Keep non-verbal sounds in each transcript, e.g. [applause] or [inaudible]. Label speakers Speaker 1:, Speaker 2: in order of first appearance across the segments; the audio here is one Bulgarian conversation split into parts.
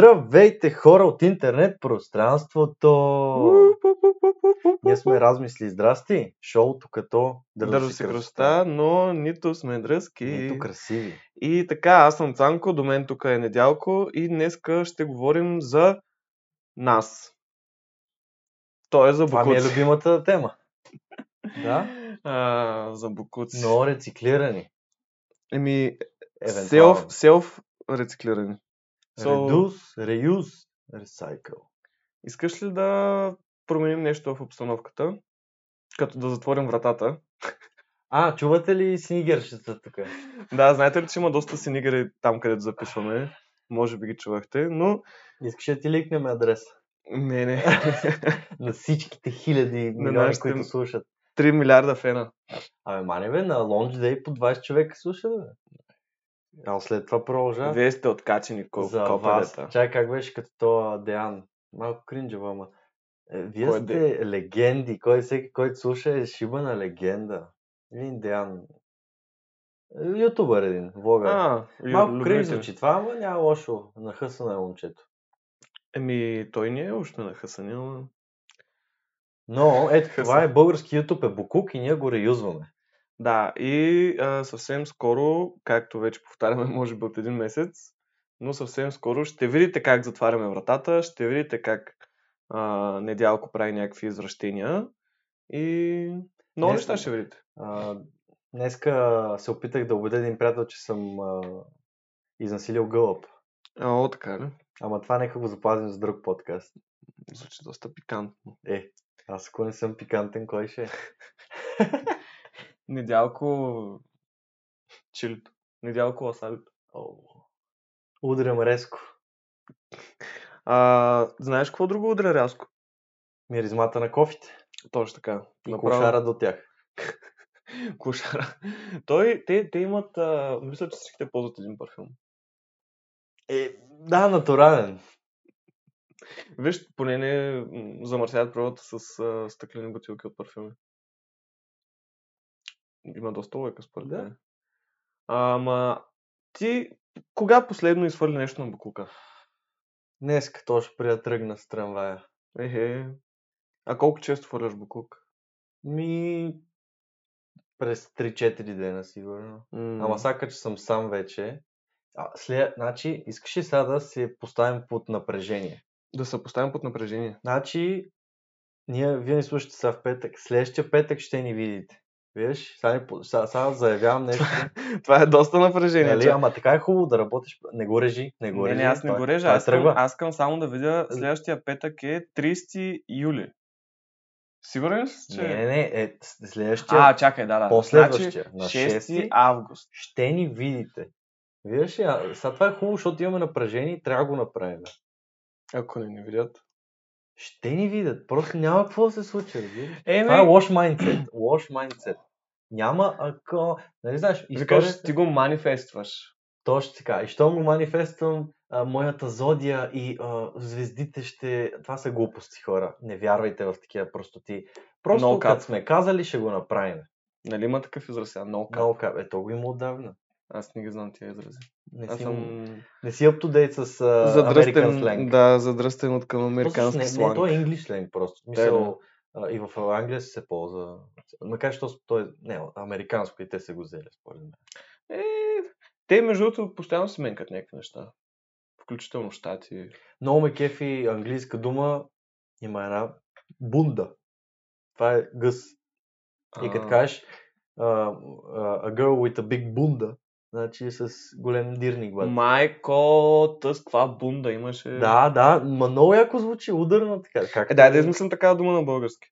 Speaker 1: Здравейте хора от интернет пространството! Ние сме размисли здрасти, шоуто като
Speaker 2: Държа се кръста, но нито сме дръзки.
Speaker 1: Нито красиви.
Speaker 2: И така, аз съм Цанко, до мен тук е Недялко и днеска ще говорим за нас. Той е за
Speaker 1: Това ми е
Speaker 2: букуци.
Speaker 1: любимата тема.
Speaker 2: [laughs]
Speaker 1: Да,
Speaker 2: а, за букуци.
Speaker 1: но рециклирани.
Speaker 2: Еми, селф,
Speaker 1: Евентуално.
Speaker 2: селф рециклирани. So,
Speaker 1: Reduce, reuse, recycle.
Speaker 2: искаш ли да променим нещо в обстановката? Като да затворим вратата.
Speaker 1: А, чувате ли снигершата тук?
Speaker 2: Да, знаете ли, че има доста синигри там, където записваме. Може би ги чувахте, но...
Speaker 1: Искаш ли да ти ликнем адреса
Speaker 2: Не, не. [laughs]
Speaker 1: на всичките хиляди милиони,
Speaker 2: нашите-
Speaker 1: които слушат.
Speaker 2: 3 милиарда фена.
Speaker 1: Абе, мани бе, на лонч дей по 20 човека слушат, бе. А след това продължава.
Speaker 2: Вие сте откачени кол-
Speaker 1: за вас.
Speaker 2: копелета.
Speaker 1: Чай как беше като то Деян. Малко кринджева, ама. Е, Вие
Speaker 2: Кой е
Speaker 1: сте легенди. Кой, всеки, който слуша е шиба на легенда. Един Деян. Е, Ютубър един, влогър.
Speaker 2: А, лю-
Speaker 1: Малко
Speaker 2: любимите ми.
Speaker 1: кринж звучи това, ама няма лошо. Нахъсана е момчето.
Speaker 2: Еми, той не е още на Хасанил.
Speaker 1: Но ето това
Speaker 2: Хъсан.
Speaker 1: е български ютуб е Букук и ние го реюзваме.
Speaker 2: Да, и а, съвсем скоро, както вече повтаряме, може би от един месец, но съвсем скоро ще видите как затваряме вратата, ще видите как а, недялко прави някакви извращения и много
Speaker 1: Не,
Speaker 2: неща ще видите.
Speaker 1: А, днеска се опитах да убедя един приятел, че съм а, изнасилил гълъб.
Speaker 2: О, така ли?
Speaker 1: Ама това нека го запазим за друг подкаст.
Speaker 2: Звучи доста пикантно.
Speaker 1: Е, аз ако не съм пикантен, кой ще е?
Speaker 2: Недялко чилито. Недялко ласалито.
Speaker 1: О, Удрям резко.
Speaker 2: А, знаеш какво друго удря рязко?
Speaker 1: Миризмата на кофите.
Speaker 2: Точно така.
Speaker 1: И
Speaker 2: Направо-
Speaker 1: кошара до тях.
Speaker 2: [laughs] Кошара. Той, те, те имат, а, мисля, че всичките ползват един парфюм.
Speaker 1: Е, да, натурален.
Speaker 2: Виж, поне не м, замърсяват природата с а, стъклени бутилки от парфюми. Има доста лойка според
Speaker 1: Да.
Speaker 2: мен. Ама ти кога последно изхвърли нещо на Букука?
Speaker 1: Днес като още прия тръгна с трамвая.
Speaker 2: Ехе. А колко често хвърляш Букук?
Speaker 1: Ми... През 3-4 дена, сигурно.
Speaker 2: М,
Speaker 1: Ама сака, че съм сам вече. А, след, значи, искаш ли сега да се поставим под напрежение?
Speaker 2: Да се поставим под напрежение.
Speaker 1: Значи, ние, вие ни слушате сега в петък. Следващия петък ще ни видите. Виж, сега, ни по- сега, сега
Speaker 2: [laughs]
Speaker 1: заявявам нещо.
Speaker 2: Това е доста напрежение.
Speaker 1: Нали,
Speaker 2: чак.
Speaker 1: ама така е хубаво да работиш. Не го режи, не го
Speaker 2: не,
Speaker 1: режи.
Speaker 2: не, аз не
Speaker 1: това- е,
Speaker 2: го режа.
Speaker 1: това
Speaker 2: Аз, искам,
Speaker 1: тръгва.
Speaker 2: аз искам само да видя следващия петък е 30 юли. Сигурен ли си, че...
Speaker 1: Не, не, не. Е, с- следващия,
Speaker 2: а, чакай, да, да.
Speaker 1: последващия,
Speaker 2: Значи,
Speaker 1: на
Speaker 2: 6
Speaker 1: 6
Speaker 2: август.
Speaker 1: ще ни видите. Виждаш ли? А, Сега това е хубаво, защото имаме напрежение и трябва да го направим.
Speaker 2: Ако не ни видят.
Speaker 1: Ще ни видят. Просто няма какво да се случи. разбираш?
Speaker 2: Еми,
Speaker 1: Това е лош майндсет. Лош майндсет. Няма ако... Нали знаеш,
Speaker 2: викаш,
Speaker 1: историята...
Speaker 2: ти го манифестваш.
Speaker 1: Точно така. И щом го манифествам, а, моята зодия и а, звездите ще... Това са глупости, хора. Не вярвайте в такива простоти. Просто
Speaker 2: No cap.
Speaker 1: като сме казали, ще го направим.
Speaker 2: Нали има такъв израз сега? No cap.
Speaker 1: Много кап. Е, то го има отдавна.
Speaker 2: Аз не ги знам тия изрази.
Speaker 1: Не
Speaker 2: Аз
Speaker 1: си,
Speaker 2: съм
Speaker 1: не си up to date с uh, American
Speaker 2: задръстен,
Speaker 1: slang.
Speaker 2: да, задръстен от към
Speaker 1: То всъщност
Speaker 2: американски
Speaker 1: не, не, то е
Speaker 2: сланг.
Speaker 1: English slang просто. В
Speaker 2: Да,
Speaker 1: Мисъл, а, и в Англия се ползва. Макар че то, то е не, американско и те са го взели, според мен.
Speaker 2: Е, те, между другото, постоянно се менкат някакви неща. Включително щати.
Speaker 1: Много ме кефи английска дума. Има една бунда. Това е гъс. И като
Speaker 2: А,
Speaker 1: кажеш а, а, a girl with a big бунда, значи с голем дирник, брат.
Speaker 2: Майко, тъс, каква бунда имаше.
Speaker 1: Да, да, ма много яко звучи, ударно така. Как
Speaker 2: Е, дай да измислим такава дума на български.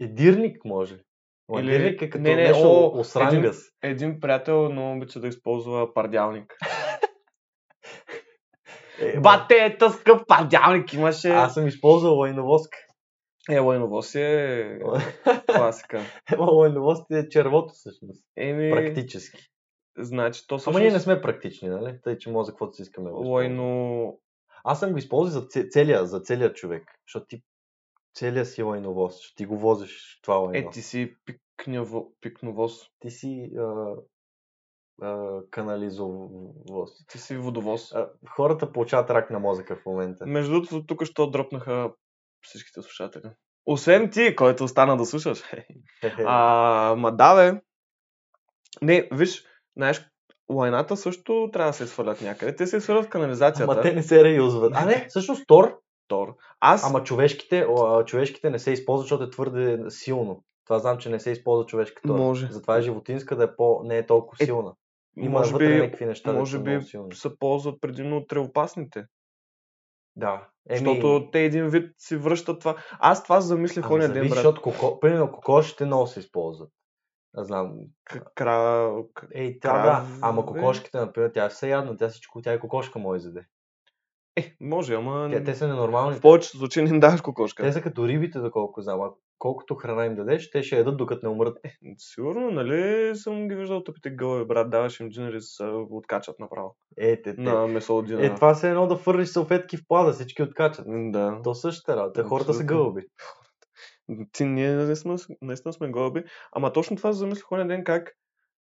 Speaker 1: Е, дирник може. Ма,
Speaker 2: Или-
Speaker 1: Дирник е като
Speaker 2: не, не,
Speaker 1: нещо
Speaker 2: о,
Speaker 1: осрангъс.
Speaker 2: Един приятел много обича да използва пардялник.
Speaker 1: Е, ма,
Speaker 2: Бате, тъс, скъп пардялник имаше.
Speaker 1: Аз съм използвал лайновоска.
Speaker 2: Е, лайново си е класика.
Speaker 1: [laughs] Ема лайновост е червото всъщност.
Speaker 2: Еми,
Speaker 1: Практически.
Speaker 2: значи, то
Speaker 1: Ама ние не
Speaker 2: всъщност
Speaker 1: сме практични, нали? Тъй, че може за каквото си искаме. да го използваме.
Speaker 2: лайно...
Speaker 1: Аз съм го използвал за ц- целия, за целия човек. Защото ти целия си лайновоз. Ще ти го возиш това лайно.
Speaker 2: Е, ти си пикняво... пикновоз.
Speaker 1: ти си а, а, канализовоз.
Speaker 2: Ти си водовоз.
Speaker 1: А, хората получават рак на мозъка в момента.
Speaker 2: Между другото, тук що дропнаха всичките слушатели. Освен ти, който остана да слушаш. [laughs]
Speaker 1: Е. [laughs]
Speaker 2: А, ма да, бе. Не, виж, знаеш, лайната също трябва да се свалят някъде. Те се свалят в канализацията.
Speaker 1: Ама те не се реюзват. А не, всъщност Тор,
Speaker 2: Тор. Аз,
Speaker 1: ама човешките, о, а, човешките не се използват, защото е твърде силно. Това знам, че не се използва човешка Тор.
Speaker 2: Може.
Speaker 1: Затова е животинска да е по, не е толкова
Speaker 2: Е,
Speaker 1: силна. Има
Speaker 2: може
Speaker 1: вътре
Speaker 2: би,
Speaker 1: някакви неща,
Speaker 2: може
Speaker 1: да
Speaker 2: би-
Speaker 1: много силни.
Speaker 2: се ползват предимно от тревопасните.
Speaker 1: Да.
Speaker 2: Защото те един вид си връщат това. Аз това замислих
Speaker 1: ами,
Speaker 2: оня
Speaker 1: зависи,
Speaker 2: ден, брат.
Speaker 1: защото коко, примерно кокошите много се използват. Аз знам.
Speaker 2: К- Кра... к-
Speaker 1: Ей, тя
Speaker 2: Краве.
Speaker 1: да. Ама кокошките, например, тя се ядна, тя всичко, тя е кокошка може да яде.
Speaker 2: Е, може, ама...
Speaker 1: Те, те са ненормални.
Speaker 2: В повечето случаи не им даваш кокошка.
Speaker 1: Те са като рибите, доколко знам. А Колкото храна им дадеш, те ще ядат, докато не умрат.
Speaker 2: Сигурно, нали съм ги виждал тъпите гълъби, брат, даваш им джинери, се откачат направо.
Speaker 1: Е, те, те.
Speaker 2: На месо от джинера.
Speaker 1: Е, това се е едно да фърлиш салфетки в плада, всички откачат.
Speaker 2: Да.
Speaker 1: То същата работа. Хората са
Speaker 2: Абсолютно.
Speaker 1: гълби.
Speaker 2: Ти, ние наистина, с- наистина сме гълъби. Ама точно това замислих оня ден как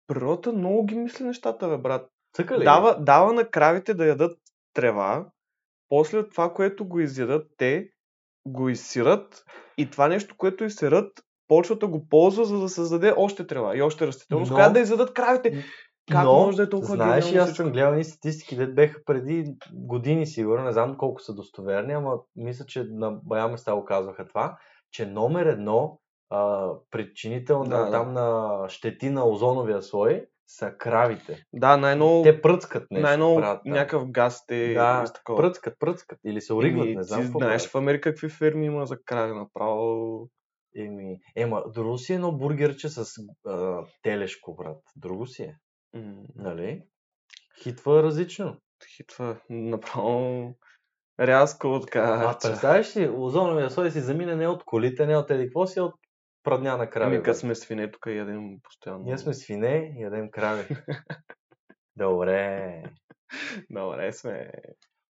Speaker 2: природата много ги мисли нещата, бе, брат.
Speaker 1: Цъка Е ли?
Speaker 2: Дава, дава на кравите да ядат трева, после това, което го изядат те, го изсират и това нещо, което изсират, почват да го ползва, за да създаде още трева и още растителност,
Speaker 1: Но-
Speaker 2: която да изядат кравите. Как
Speaker 1: Но,
Speaker 2: може да е толкова
Speaker 1: Знаеш, и
Speaker 2: гениално
Speaker 1: аз съм гледал ни статистики, дет беха преди години сигурно, не знам колко са достоверни, ама мисля, че на бая места го казваха това, че номер едно а, причинител на,
Speaker 2: Да, да.
Speaker 1: там на щети на озоновия слой са кравите.
Speaker 2: Да, най-ново,
Speaker 1: Те е пръцкат нещо.
Speaker 2: най-ново
Speaker 1: правят там.
Speaker 2: някакъв газ те
Speaker 1: Да,
Speaker 2: с такова.
Speaker 1: пръцкат, пръцкат. Или се оригват,
Speaker 2: Еми,
Speaker 1: не знам.
Speaker 2: ти
Speaker 1: какво
Speaker 2: знаеш
Speaker 1: правят.
Speaker 2: в Америка какви фирми има за крави направо.
Speaker 1: Еми, ема, друго си е едно бургерче с а, телешко, брат. Друго си е,
Speaker 2: М,
Speaker 1: нали? Хитва е различно.
Speaker 2: Хитва направо рязко
Speaker 1: А,
Speaker 2: така. че-
Speaker 1: представяш ли, озоновия слой си замина не от колите, не от еди какво си, а от прадня на крави.
Speaker 2: Ами,
Speaker 1: брат.
Speaker 2: като сме свине, тук ядем постоянно.
Speaker 1: Ние сме свине, ядем [laughs] крави. Добре.
Speaker 2: Добре сме. Е,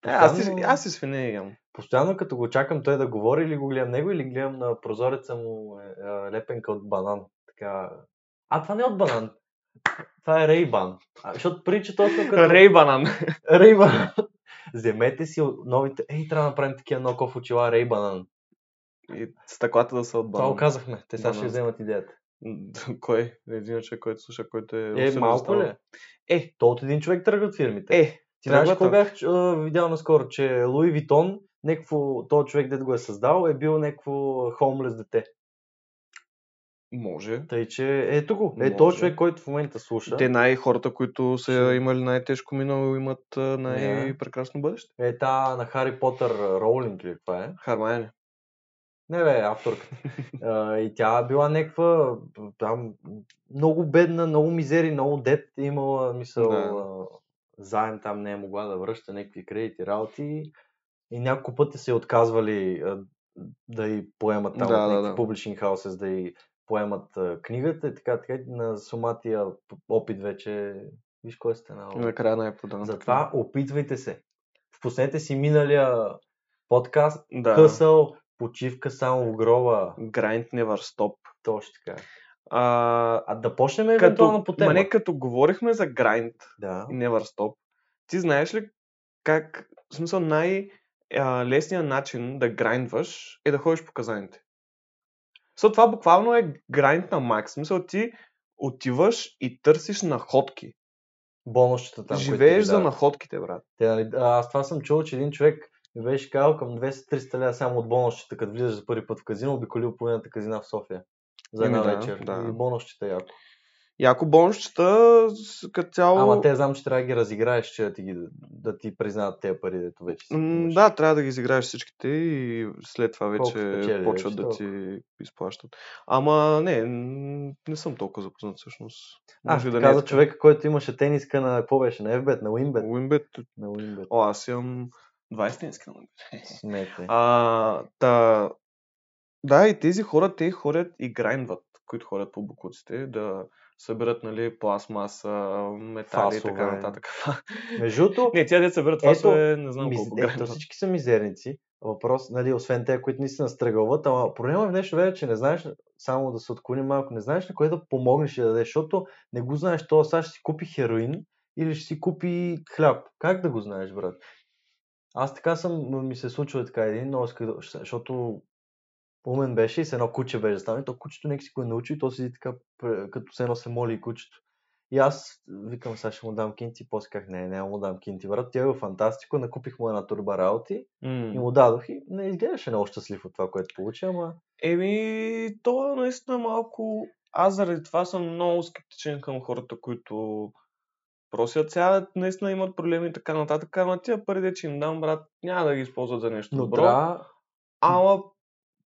Speaker 1: Постоянно,
Speaker 2: аз, си, аз си свине ям.
Speaker 1: постоянно като го чакам той да говори, или го гледам него, или гледам на прозореца му е, е, лепенка от банан. Така... А, това не е от банан. Това е Рейбан. А, защото прича точно като...
Speaker 2: Рей банан.
Speaker 1: Рейбан. [laughs] Вземете си новите. Ей, трябва да направим такива ноков очила Рейбанан.
Speaker 2: И стъклата да са от
Speaker 1: Това
Speaker 2: банан.
Speaker 1: го казахме. Те сега ще
Speaker 2: Банан.
Speaker 1: вземат идеята.
Speaker 2: М, [laughs] Кой? Един човек, който слуша, който е...
Speaker 1: Е,
Speaker 2: обсъден
Speaker 1: малко
Speaker 2: става.
Speaker 1: ли? Е, то от един човек тръгват фирмите.
Speaker 2: Е,
Speaker 1: Ти знаеш
Speaker 2: тръгват,
Speaker 1: какво
Speaker 2: а?
Speaker 1: бях ч- а, видял наскоро, че Луи Витон, някакво, този човек, дед го е създал, е бил някакво хомлес дете.
Speaker 2: може.
Speaker 1: Тъй, че е тук. го. Е
Speaker 2: Може.
Speaker 1: този човек, който в момента слуша.
Speaker 2: Те най-хората, които са
Speaker 1: Ще-
Speaker 2: имали най-тежко минало, имат а, най-прекрасно бъдеще.
Speaker 1: Е та на Хари Потър а, Роулинг ли това е?
Speaker 2: Хармайне.
Speaker 1: Не бе, авторката. А, и тя е била някаква там много бедна, много мизери, много дет е имала мисъл
Speaker 2: Да.
Speaker 1: да. заем там не е могла да връща някакви кредити работи и няколко пъти се е отказвали а, да й поемат там
Speaker 2: Да,
Speaker 1: да,
Speaker 2: да,
Speaker 1: някакви
Speaker 2: да.
Speaker 1: publishing houses, да й поемат а, книгата и така, така на суматия опит вече виж кой сте на
Speaker 2: Накрая най-продавната.
Speaker 1: Затова опитвайте се. Впуснете си миналия подкаст,
Speaker 2: книга. да.
Speaker 1: късъл, почивка само в гроба.
Speaker 2: Grind never stop.
Speaker 1: Точно така.
Speaker 2: А,
Speaker 1: А да почнем
Speaker 2: като,
Speaker 1: евентуално по тема.
Speaker 2: ма не, като говорихме за grind,
Speaker 1: Да.
Speaker 2: и Never Stop. Ти знаеш ли как, в смисъл, най-лесният начин да грайндваш е да ходиш по казаните? So, това буквално е грайнд на макс. В смисъл, ти отиваш и търсиш находки.
Speaker 1: Бонусчета там.
Speaker 2: Там,
Speaker 1: които
Speaker 2: Живееш
Speaker 1: ти
Speaker 2: за
Speaker 1: дават.
Speaker 2: находките, брат.
Speaker 1: Те, нали, а, аз това съм чул, че един човек ми беше казал към 200-300 лева само от бонусчета, като влизаш за първи път в казино, обиколил половината казина в София. За една
Speaker 2: Еми да,
Speaker 1: вечер.
Speaker 2: да.
Speaker 1: И бонусчета яко.
Speaker 2: Яко бонусчета, с- като цяло...
Speaker 1: Ама те знам, че трябва да ги разиграеш, че да ти, ги, да ти признаят тези пари, дето вече си.
Speaker 2: М,
Speaker 1: имаш.
Speaker 2: Да, трябва да ги изиграеш всичките и след това
Speaker 1: Колко
Speaker 2: вече
Speaker 1: спечелиш,
Speaker 2: почват да ти изплащат. Ама не, м, не съм толкова запознат всъщност.
Speaker 1: А,
Speaker 2: Може и
Speaker 1: да
Speaker 2: не е
Speaker 1: каза
Speaker 2: така.
Speaker 1: човека, който имаше тениска на какво беше? На FBET, на WinBet?
Speaker 2: Уинбет
Speaker 1: На WinBet.
Speaker 2: О, Е. аз имам 20 тенски на мен.
Speaker 1: Смете.
Speaker 2: А, та, Да, и тези хора, те ходят и грайндват, които ходят по букуците, да съберат, нали, пластмаса, метали и така
Speaker 1: Фасове.
Speaker 2: нататък. [laughs]
Speaker 1: Между другото,
Speaker 2: Не, тя дете събират фасове, не знам
Speaker 1: Мис-
Speaker 2: колко
Speaker 1: е, то
Speaker 2: грайндват.
Speaker 1: всички са мизерници. Въпрос, нали, освен те, които наистина стръгълват, ама проблема в нещо е, че не знаеш, само да се отклоним малко, не знаеш на кое да помогнеш и да дадеш, защото не го знаеш, то сега ще си купи хероин или ще си купи хляб. Как да го знаеш, брат? Аз така съм, ми се случва така един, но исках, да- защото умен беше и с едно куче беше застанал, и то кучето нека си го е научи, и то седи така, пре- като се едно се моли и кучето. И аз викам, сега ще му дам кинти, после как не, няма му дам кинти, брат. Тя е фантастико, накупих му една турба работи
Speaker 2: М.
Speaker 1: и му дадох и не изглеждаше много щастлив от това, което получи, ама
Speaker 2: Еми, то е наистина малко... Аз заради това съм много скептичен към хората, които просят сега, наистина имат проблеми и така нататък, ама тия пари, де, че им дам, брат, няма да ги използват за нещо
Speaker 1: но
Speaker 2: добро.
Speaker 1: трябва,
Speaker 2: Ама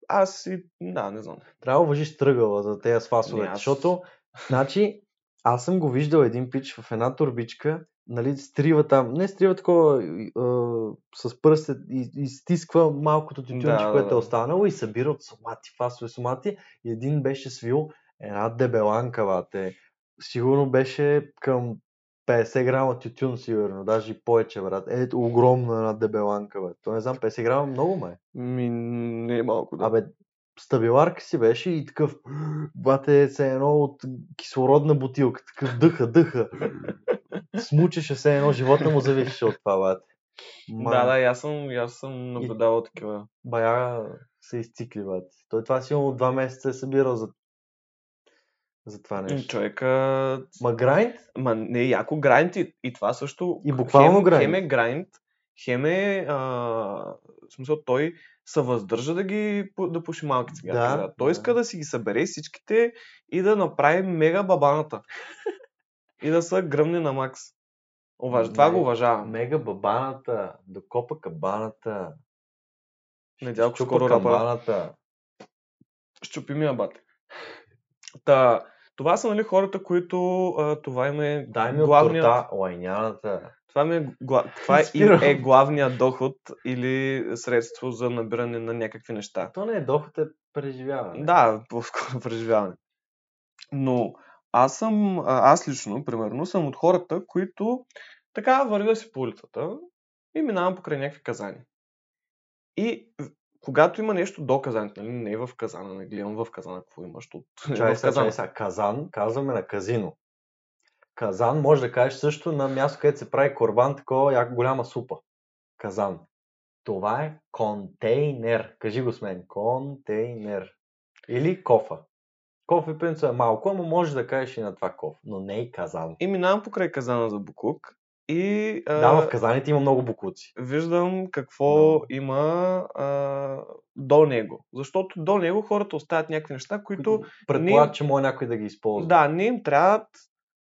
Speaker 2: аз и... Да, не знам.
Speaker 1: трябва да уважиш тръгъла за тези фасове,
Speaker 2: Не, аз-
Speaker 1: защото, значи, аз съм го виждал един пич в една турбичка, нали, стрива там, не стрива такова и, а, с пръстът и, и стисква малкото тютюнче,
Speaker 2: Да, да,
Speaker 1: което
Speaker 2: да.
Speaker 1: е останало и събира от сомати, фасове сомати и един беше свил една дебеланка, бате. Сигурно беше към 50 грама тютюн, сигурно, даже и повече, брат. Ето, огромна една дебеланка, бе. То не знам, 50 грама много ме.
Speaker 2: Ми, не е малко, да.
Speaker 1: Абе, стабиларка си беше и такъв, бате, се едно от кислородна бутилка, такъв дъха, дъха. Смучеше се едно, живота му зависеше от това, бате. Ман,
Speaker 2: да, да, и аз съм, и аз съм наблюдавал такива.
Speaker 1: Бая се изцикли, бате. Той това сигурно от два месеца е събирал за, за това
Speaker 2: И
Speaker 1: нещо.
Speaker 2: човека...
Speaker 1: Ма грайнд?
Speaker 2: Ма не, е яко грайнд и, и това също...
Speaker 1: И буквално
Speaker 2: хем,
Speaker 1: грайнд.
Speaker 2: Хем е грайнд, хем е... А, в смисъл, той се въздържа да ги пу- да пуши малки цигари.
Speaker 1: Да,
Speaker 2: той
Speaker 1: да.
Speaker 2: иска да си ги събере всичките и да направи мега бабаната. и да се гръмне на макс. Уваж... Това
Speaker 1: Не.
Speaker 2: го уважавам.
Speaker 1: Мега бабаната, докопа кабаната. ще
Speaker 2: Недялко
Speaker 1: щупа
Speaker 2: скоро рапа.
Speaker 1: камбаната.
Speaker 2: Щупи ми абат. Та, това са нали, хората, които а, това им е
Speaker 1: Дай ми
Speaker 2: главният,
Speaker 1: от торта, лайняната.
Speaker 2: това, ми е, гла, това
Speaker 1: Спирам.
Speaker 2: е, е главният доход или средство за набиране на някакви неща.
Speaker 1: То не е доход, е преживяване.
Speaker 2: Да, по-скоро [laughs] преживяване. Но аз съм, а, аз лично, примерно, съм от хората, които така вървя си по улицата и минавам покрай някакви казани. И в- когато има нещо до казаните, нали, не в казана, не гледам в казана какво имаш, от
Speaker 1: Чай
Speaker 2: Е, в
Speaker 1: сега,
Speaker 2: казана.
Speaker 1: чай сега. Казан, казваме на казино. Казан може да кажеш също на място, където се прави корбан, такова яко голяма супа. Казан. Това е контейнер. Кажи го с мен. Контейнер. Или кофа. Кофе, принцип, е малко, ама може да кажеш и на това коф, но не и казан.
Speaker 2: И минавам покрай казана за Букук и а,
Speaker 1: Да, в казаните има много букуци.
Speaker 2: виждам какво
Speaker 1: Много.
Speaker 2: има а, до него. Защото до него хората оставят някакви неща, които
Speaker 1: Предполагат, че може някой да ги използва.
Speaker 2: да, не им трябват,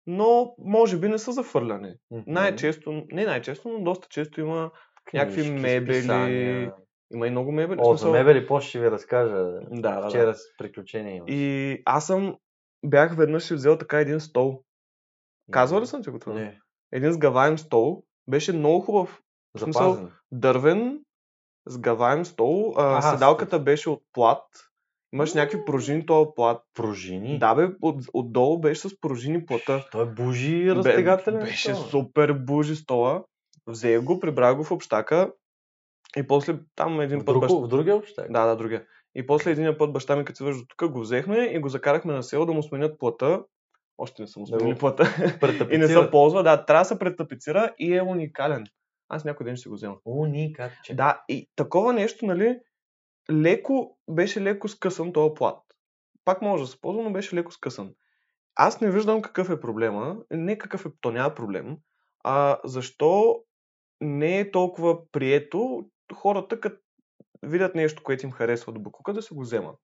Speaker 2: но може би не са захвърляне.
Speaker 1: Мгм.
Speaker 2: Най-често, не най-често, но доста често има, някакви
Speaker 1: Книжки,
Speaker 2: мебели,
Speaker 1: списания.
Speaker 2: има и много мебели. в
Speaker 1: О, за
Speaker 2: смисъл-
Speaker 1: мебели после ще ви разкажа.
Speaker 2: Да, да, да.
Speaker 1: Вчера с приключения имах.
Speaker 2: И аз съм, бях веднъж си взел така един стол. Казвал ли съм ти го това?
Speaker 1: Не.
Speaker 2: Един сгаваем стол. Беше много хубав. смисъл,
Speaker 1: Запазен.
Speaker 2: дървен, с гаваем стол. А,
Speaker 1: Аха,
Speaker 2: седалката беше от плат. Имаш някакви пружини този плат.
Speaker 1: Пружини.
Speaker 2: Да бе, от, отдолу беше с пружини плата.
Speaker 1: Той бужи
Speaker 2: Бе,
Speaker 1: разтегателен.
Speaker 2: Беше
Speaker 1: става.
Speaker 2: супер бужи стола. Взех го, прибрах го в общака. И после там един
Speaker 1: В,
Speaker 2: път баща...
Speaker 1: друго, в другия общак.
Speaker 2: Да, да, другия. И после един път баща ми, като се върже до тук, го взехме и го закарахме на село да му сменят плата. Още не са му
Speaker 1: Да го
Speaker 2: сменили плата. [laughs] и не се
Speaker 1: Претапицират.
Speaker 2: ползва. Да, трябва да се претапицира и е уникален. Аз някой ден ще го взема.
Speaker 1: Уникатче.
Speaker 2: Да, и такова нещо, нали, леко, беше леко скъсан този плат. Пак може да се ползва, но беше леко скъсан. Аз не виждам какъв е проблема, не какъв е, то няма проблем, а защо не е толкова прието хората, като видят нещо, което им харесва до букука, да се го вземат.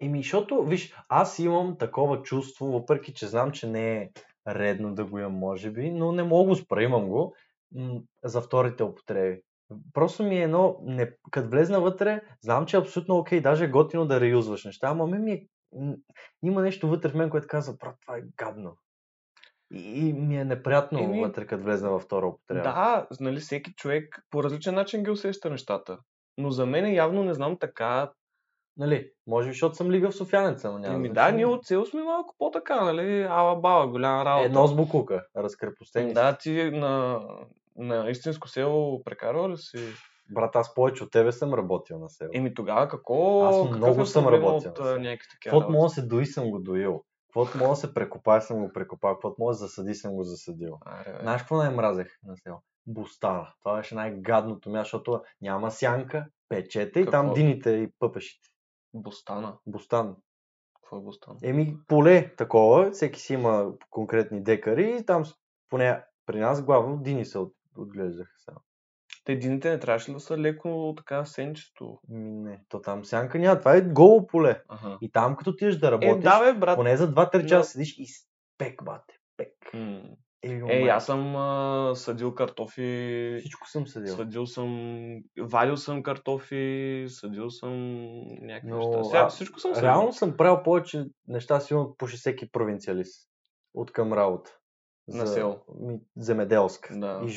Speaker 1: Еми, защото, виж, аз имам такова чувство, въпреки че знам, че не е редно да го имам, може би, но не мога да го спра, имам го м, за вторите употреби. Просто ми е едно, не, като влезна вътре, знам, че е абсолютно окей, даже е готино да реюзваш неща, ама ми, ми е- м, има нещо вътре в мен, което казва, брат, това е гадно. И, и ми е неприятно
Speaker 2: Еми,
Speaker 1: вътре, като влезна във втора употреба.
Speaker 2: Да, нали, всеки човек по различен начин ги усеща нещата. Но за мен явно не знам така.
Speaker 1: Нали? Може би, защото съм лигав софянец, ама няма.
Speaker 2: Еми, да,
Speaker 1: значение.
Speaker 2: ние от цел сме малко по-така, нали? Ала бала, голяма работа.
Speaker 1: Едно с букука, разкрепостени.
Speaker 2: Да, ти на, на истинско село прекарал ли си?
Speaker 1: Брат, аз повече от тебе съм работил на село.
Speaker 2: Еми тогава какво?
Speaker 1: Аз
Speaker 2: какъв
Speaker 1: много
Speaker 2: е
Speaker 1: съм
Speaker 2: проблема
Speaker 1: работил
Speaker 2: От,
Speaker 1: на
Speaker 2: а,
Speaker 1: село.
Speaker 2: някакви такива
Speaker 1: Каквото
Speaker 2: работи?
Speaker 1: мога да се дои, съм го доил. Каквото мога да се прекопая, съм го прекопал. Каквото мога да се засади, съм го засадил.
Speaker 2: Аре, бе.
Speaker 1: Знаеш какво най-мразех на село? Бустана. Това беше най-гадното място, защото няма сянка, печете и там
Speaker 2: Какво?
Speaker 1: дините и пъпешите.
Speaker 2: Бостана.
Speaker 1: Бустан.
Speaker 2: Какво е Бостана?
Speaker 1: Еми, поле такова, всеки си има конкретни декари и там с- поне при нас главно дини се от, отглеждаха само.
Speaker 2: Те дините не трябваше ли да са леко така сенчето?
Speaker 1: Ми не, то там сянка няма, това е голо поле.
Speaker 2: Ага.
Speaker 1: И там като отидеш да
Speaker 2: Е,
Speaker 1: работиш,
Speaker 2: да бе, брат.
Speaker 1: поне за 2-3
Speaker 2: Но-
Speaker 1: часа седиш и пек, бате, пек.
Speaker 2: М.
Speaker 1: Еми,
Speaker 2: Е,
Speaker 1: момент.
Speaker 2: аз съм а, съдил картофи,
Speaker 1: Всичко е съм съдил.
Speaker 2: съдил съм, вадил съм картофи, съдил съм някакви
Speaker 1: Но,
Speaker 2: неща. Сега,
Speaker 1: а,
Speaker 2: всичко съм съдил.
Speaker 1: Реално съм правил повече неща, сигурно по всеки провинциалист. От към работа.
Speaker 2: На село.
Speaker 1: Ми, земеделска.
Speaker 2: Да.
Speaker 1: И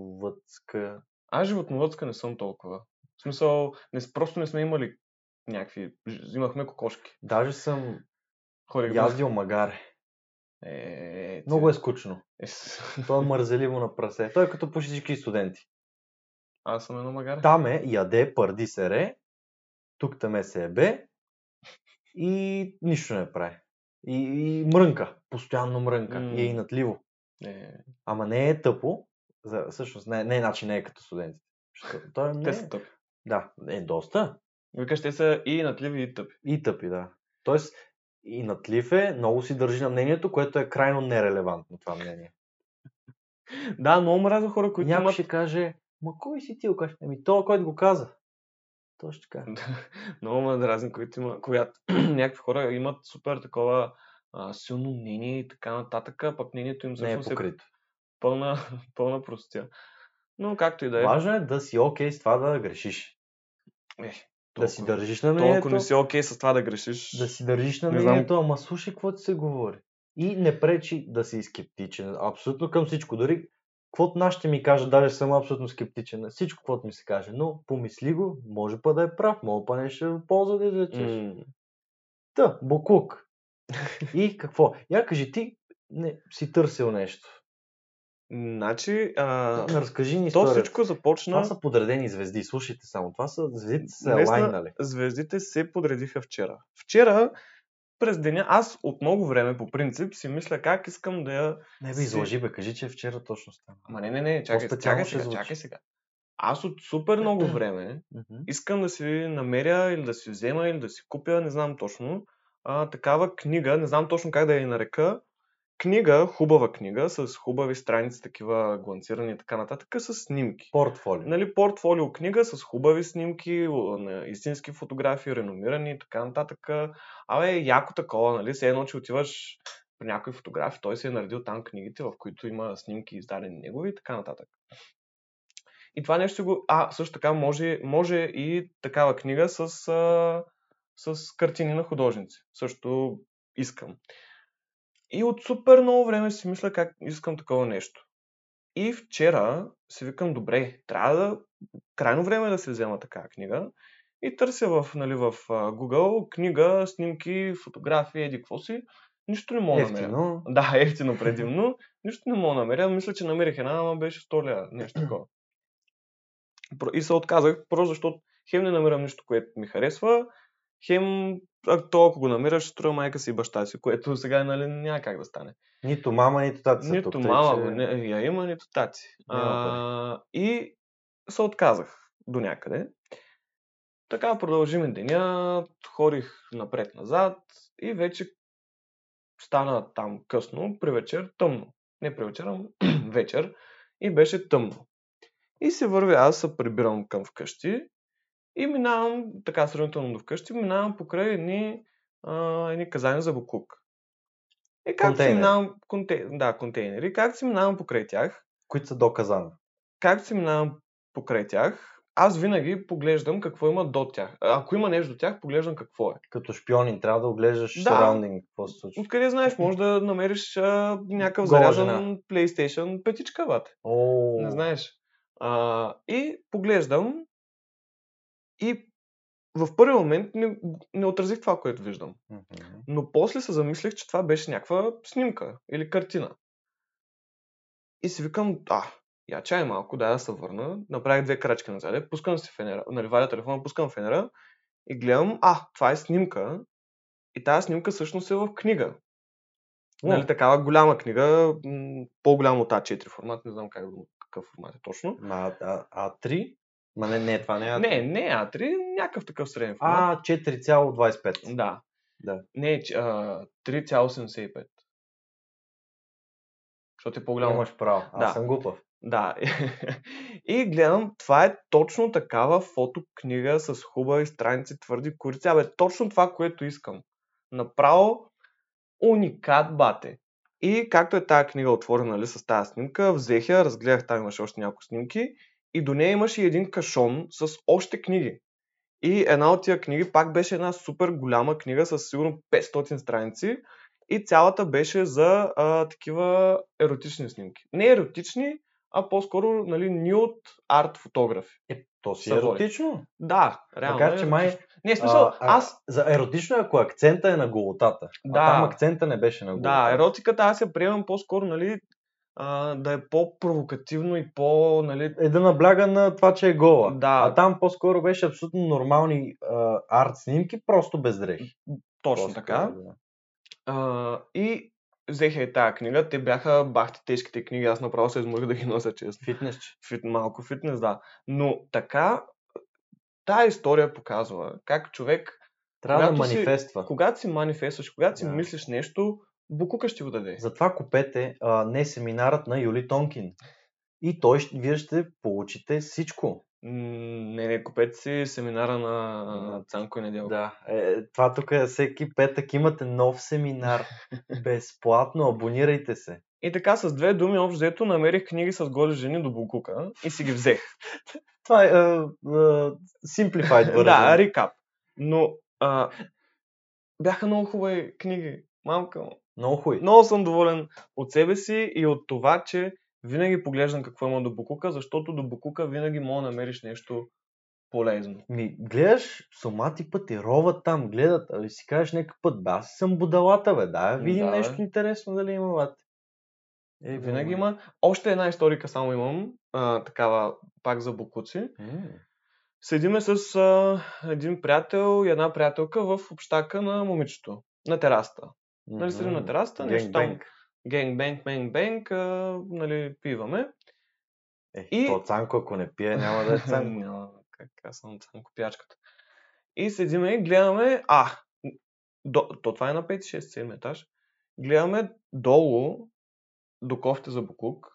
Speaker 1: животновъдска.
Speaker 2: Аз животновъдска не съм толкова. В смисъл, не, с- просто не сме имали някакви... ж- Имахме кокошки.
Speaker 1: Даже съм
Speaker 2: Ходих да-
Speaker 1: яздил магаре.
Speaker 2: Е, е, е, ти-
Speaker 1: Много е скучно.
Speaker 2: Е, с- [laughs]
Speaker 1: Той е мързеливо на прасе. Той е като почти всички студенти.
Speaker 2: Аз съм едно магаре.
Speaker 1: Там е, яде, пърди се ре, тук там е се ебе и нищо не прави. И, и мрънка. Постоянно мрънка.
Speaker 2: М.
Speaker 1: И е инатливо.
Speaker 2: Е, е,
Speaker 1: Ама не е тъпо. За, всъщност, не, не, значи не е като студентите. Защото Той не
Speaker 2: те
Speaker 1: е-
Speaker 2: са тъпи.
Speaker 1: Да, е доста.
Speaker 2: Викаш, те са и натливи, и тъпи.
Speaker 1: И тъпи, да. Тоест, и натлив е, много си държи на мнението, което е крайно нерелевантно това мнение.
Speaker 2: Да, много мразя хора, които
Speaker 1: Някой
Speaker 2: имат...
Speaker 1: ще каже, ма кой си ти? Го каже, Еми, той, който го каза. Точно така.
Speaker 2: [laughs] Много ме дразни, които има, която [clears throat] някакви хора имат супер такова а, силно мнение и така нататък, а пък мнението
Speaker 1: Не
Speaker 2: им
Speaker 1: е
Speaker 2: всъщност е,
Speaker 1: покрито.
Speaker 2: пълна, [laughs] пълна простия. Но както и да е,
Speaker 1: Важно е да си окей с това да грешиш.
Speaker 2: е
Speaker 1: Да си държиш на
Speaker 2: толкова
Speaker 1: мнението.
Speaker 2: не си окей с това да грешиш.
Speaker 1: Да си държиш на
Speaker 2: Не знам.
Speaker 1: мнението, ама слушай какво ти се говори. И не пречи да си скептичен. Абсолютно към всичко. Дори каквото нашите ми кажат, даже съм абсолютно скептичен на всичко, каквото ми се каже. Но помисли го, може па да е прав, може па не ще ползва да излечеш.
Speaker 2: М,
Speaker 1: Та, буклук. И какво? Я кажи, ти не, си търсил нещо.
Speaker 2: Значи, а,
Speaker 1: Не, разкажи ни
Speaker 2: то
Speaker 1: историята.
Speaker 2: всичко започна...
Speaker 1: Това са подредени звезди, слушайте само. Това са звездите са
Speaker 2: Наистина,
Speaker 1: лайнали.
Speaker 2: звездите се подредиха вчера. Вчера, през деня, аз от много време, по принцип, си мисля как искам да я
Speaker 1: Не бе,
Speaker 2: си-
Speaker 1: изложи бе, кажи, че е вчера точно стана.
Speaker 2: Ама не, не, не, чакай,
Speaker 1: По-специално
Speaker 2: чакай
Speaker 1: ще
Speaker 2: сега,
Speaker 1: звучи.
Speaker 2: чакай сега. Аз от супер
Speaker 1: [clears throat]
Speaker 2: много време
Speaker 1: Мгм.
Speaker 2: искам да си намеря или да си взема или да си купя, не знам точно, а, такава книга, не знам точно как да я нарека, книга, хубава книга, с хубави страници, такива гланцирани и така нататък, с снимки.
Speaker 1: Портфолио.
Speaker 2: Нали, портфолио книга с хубави снимки, о, на истински фотографии, реномирани и така нататък. Абе, яко такова, нали? Все едно, че отиваш при някой фотограф, той се е наредил там книгите, в които има снимки издадени негови и така нататък. И това нещо си го... А, също така може, може и такава книга с, а, с картини на художници. Също искам. И от супер много време си мисля как искам такова нещо. И вчера си викам, добре, трябва да... Крайно време е да се взема такава книга. И търся в, нали, в а, Google книга, снимки, фотографии, еди какво си. Нищо не мога да намеря.
Speaker 1: Ефтино.
Speaker 2: [laughs] Да, ефтино предимно. Нищо не мога да намеря. Мисля, че намерих една, ама беше 100 лева, нещо такова. Про- И се отказах, просто защото хем не намирам нищо, което ми харесва, хем а то, ако го намираш, ще струва майка си и баща си, което сега нали, няма как да стане.
Speaker 1: Нито мама, нито тати са
Speaker 2: нито
Speaker 1: тук. тъй
Speaker 2: мама
Speaker 1: че-
Speaker 2: го не, я има, нито тати.
Speaker 1: Няма
Speaker 2: А, и се отказах до някъде. Така продължи ми деня, ходих напред-назад и вече стана там късно, при вечер тъмно. Не при вечер, а вечер. И беше тъмно. И се вървя, аз се прибирам към вкъщи и минавам, така сравнително до вкъщи, минавам покрай едни, а, едни казани за буклук. И както си
Speaker 1: Контейнери.
Speaker 2: минавам, контей, да, контейнери, както си минавам покрай тях,
Speaker 1: които са до казана.
Speaker 2: както си минавам покрай тях, аз винаги поглеждам какво има до тях. А, Ако има нещо до тях, поглеждам какво е.
Speaker 1: Като шпионин трябва да оглеждаш
Speaker 2: Да.
Speaker 1: surrounding, какво се случва.
Speaker 2: Откъде знаеш, може да намериш а, някакъв
Speaker 1: Гола
Speaker 2: зарязан PlayStation 5, бат.
Speaker 1: О,
Speaker 2: Не знаеш. А, и поглеждам и в първи момент не, не отразих това, което виждам.
Speaker 1: Мгм.
Speaker 2: Но после се замислих, че това беше някаква снимка или картина. И си викам, а, я чай малко, дай да се върна. Направих две крачки назад, пускам си фенера, наливая телефона, пускам фенера и гледам, а, това е снимка. И тази снимка всъщност е в книга.
Speaker 1: О.
Speaker 2: Нали, такава голяма книга, м, по-голяма от А4 формат, не знам как, да му- какъв формат е точно.
Speaker 1: Ма, а, А3? Ма не, не, това не е А3.
Speaker 2: Не, не А3, някакъв такъв среден формат.
Speaker 1: А, 4,25.
Speaker 2: Да.
Speaker 1: Да.
Speaker 2: Не, че, а, 3,85. Защото е по-голямо.
Speaker 1: Имаш право. Аз
Speaker 2: Да.
Speaker 1: съм глупав.
Speaker 2: Да. и гледам, това е точно такава фотокнига с хубави страници, твърди корици. Абе, точно това, което искам. Направо уникат, бате. И както е тази книга отворена ли, с тази снимка, взех я, разгледах, там имаше още няколко снимки и до нея имаше и един кашон с още книги. И една от тия книги пак беше една супер голяма книга с сигурно 500 страници и цялата беше за а, такива еротични снимки. Не еротични, а по-скоро нали, нюд арт фотографи.
Speaker 1: Е, то си е
Speaker 2: Съвори.
Speaker 1: еротично.
Speaker 2: Да, реално.
Speaker 1: Макар,
Speaker 2: е
Speaker 1: че май...
Speaker 2: еротично. Не, в смисъл,
Speaker 1: а, а,
Speaker 2: аз
Speaker 1: За еротично е, ако акцента е на голотата.
Speaker 2: Да.
Speaker 1: А там акцента не беше на голотата.
Speaker 2: Да, еротиката аз я приемам по-скоро, нали, а, да е по-провокативно и по, нали,
Speaker 1: Е да набляга на това, че е гола.
Speaker 2: Да.
Speaker 1: А там по-скоро беше абсолютно нормални а, арт снимки, просто без дрехи.
Speaker 2: точно
Speaker 1: Просто
Speaker 2: така.
Speaker 1: да.
Speaker 2: А, и взеха и тая книга. Те бяха бахте тежките книги. Аз направо се изморих да ги нося, честно.
Speaker 1: Фитнес.
Speaker 2: Фит, малко фитнес, да. Но така, тая история показва как човек,
Speaker 1: Трябва да
Speaker 2: Когато си-
Speaker 1: манифества.
Speaker 2: когато си манифестваш, когато си
Speaker 1: Да.
Speaker 2: мислиш нещо, Букука ще го даде.
Speaker 1: Затова купете а, не семинарът на Юли Тонкин. И той, ще- вие ще получите всичко.
Speaker 2: М, Не, не, купете си семинара на,
Speaker 1: На-
Speaker 2: на Цанко и Недялко.
Speaker 1: Да, е, това тук е всеки петък. Имате нов семинар.
Speaker 2: [laughs]
Speaker 1: Безплатно, абонирайте се.
Speaker 2: И така с две думи общо взето намерих книги с голи жени до Букука и си
Speaker 1: [laughs]
Speaker 2: ги взех.
Speaker 1: Това е, е, е simplified
Speaker 2: [laughs] да,
Speaker 1: version.
Speaker 2: рекап. Но а, бяха много хубави книги. Малка. му.
Speaker 1: Много хуй.
Speaker 2: Много съм доволен от себе си и от това, че винаги поглеждам какво има до Букука, защото до Букука винаги мога да намериш нещо полезно.
Speaker 1: Ми, гледаш, сомати път и роват там, гледат, а си кажеш нека път, бе, аз съм будалата, бе, да, я видим
Speaker 2: Да, бе.
Speaker 1: нещо интересно дали има, бе. Е,
Speaker 2: Винаги
Speaker 1: бе, бе.
Speaker 2: има. Още една историка само имам, а, такава пак за Букуци.
Speaker 1: М,
Speaker 2: Седиме с а, един приятел и една приятелка в общака на момичето, на тераста. Нали, седим на
Speaker 1: мгм.
Speaker 2: терасата, нещо там.
Speaker 1: Генгбенг.
Speaker 2: генг, бенг, бенг, бенг, а, нали, пиваме.
Speaker 1: Е,
Speaker 2: И-
Speaker 1: то Цанко, ако не пие, няма да е Цанко.
Speaker 2: [laughs] Няма, как аз съм там копячката. И седиме и гледаме, а, до, то това е на 5-6-7 етаж. Гледаме долу, до кофте за Букук,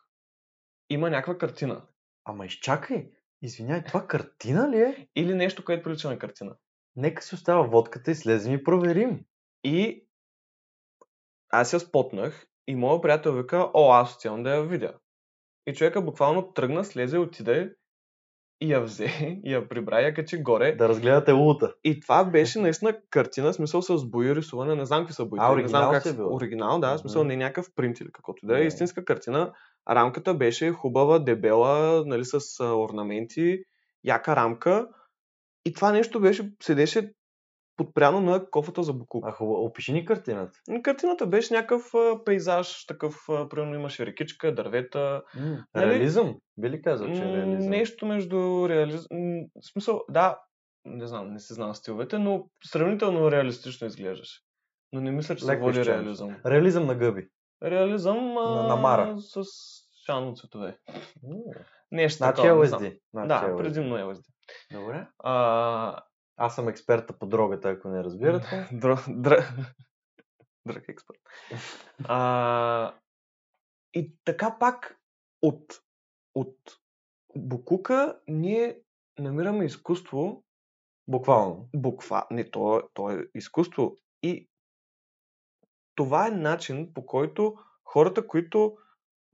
Speaker 2: има някаква картина.
Speaker 1: [laughs] Ама изчакай, извиняй, това картина ли е?
Speaker 2: Или нещо, което прилича на картина.
Speaker 1: Нека си остава водката и слезем и проверим.
Speaker 2: И аз я спотнах и моят приятел вика, о, аз отивам да я видя. И човека буквално тръгна, слезе, отиде и я взе, [laughs] и я прибра, и я качи горе.
Speaker 1: Да разгледате лута.
Speaker 2: И това беше наистина картина, в смисъл с бои рисуване, не знам какви са боите.
Speaker 1: А,
Speaker 2: не знам
Speaker 1: оригинал
Speaker 2: как
Speaker 1: си е
Speaker 2: са-
Speaker 1: била?
Speaker 2: Оригинал, да, в смисъл
Speaker 1: Мгм.
Speaker 2: не е някакъв принт или каквото да е.
Speaker 1: Да.
Speaker 2: Истинска картина. Рамката беше хубава, дебела, нали, с а, орнаменти, яка рамка. И това нещо беше, седеше подпряно на кофата за Букук.
Speaker 1: А, хубаво, опиши ни картината.
Speaker 2: М, Картината беше някакъв а, пейзаж, такъв, а, примерно имаше рекичка, дървета,
Speaker 1: М,
Speaker 2: Нали-
Speaker 1: Реализъм? Би ли казал, че е
Speaker 2: м,
Speaker 1: реализъм?
Speaker 2: нещо между реализъм, в смисъл, да, не знам, не се знам стиловете, но сравнително реалистично изглеждаше. Но не мисля, че се
Speaker 1: Леко
Speaker 2: води
Speaker 1: изчанчен.
Speaker 2: реализъм.
Speaker 1: Реализъм на гъби.
Speaker 2: Реализъм а,
Speaker 1: На- на Мара.
Speaker 2: с шано цветове.
Speaker 1: М,
Speaker 2: Нещо
Speaker 1: Значи
Speaker 2: такова, не знам.
Speaker 1: LSD. значи
Speaker 2: Да,
Speaker 1: LSD.
Speaker 2: предимно LSD.
Speaker 1: Добре.
Speaker 2: А,
Speaker 1: Аз съм експерта по дрогата, ако не разбирате.
Speaker 2: Дра... Дра... Дръг експерт. А, и така пак от, от Букука ние намираме изкуство,
Speaker 1: Буквално.
Speaker 2: буква, не, то, е- то е изкуство. И това е начин, по който хората, които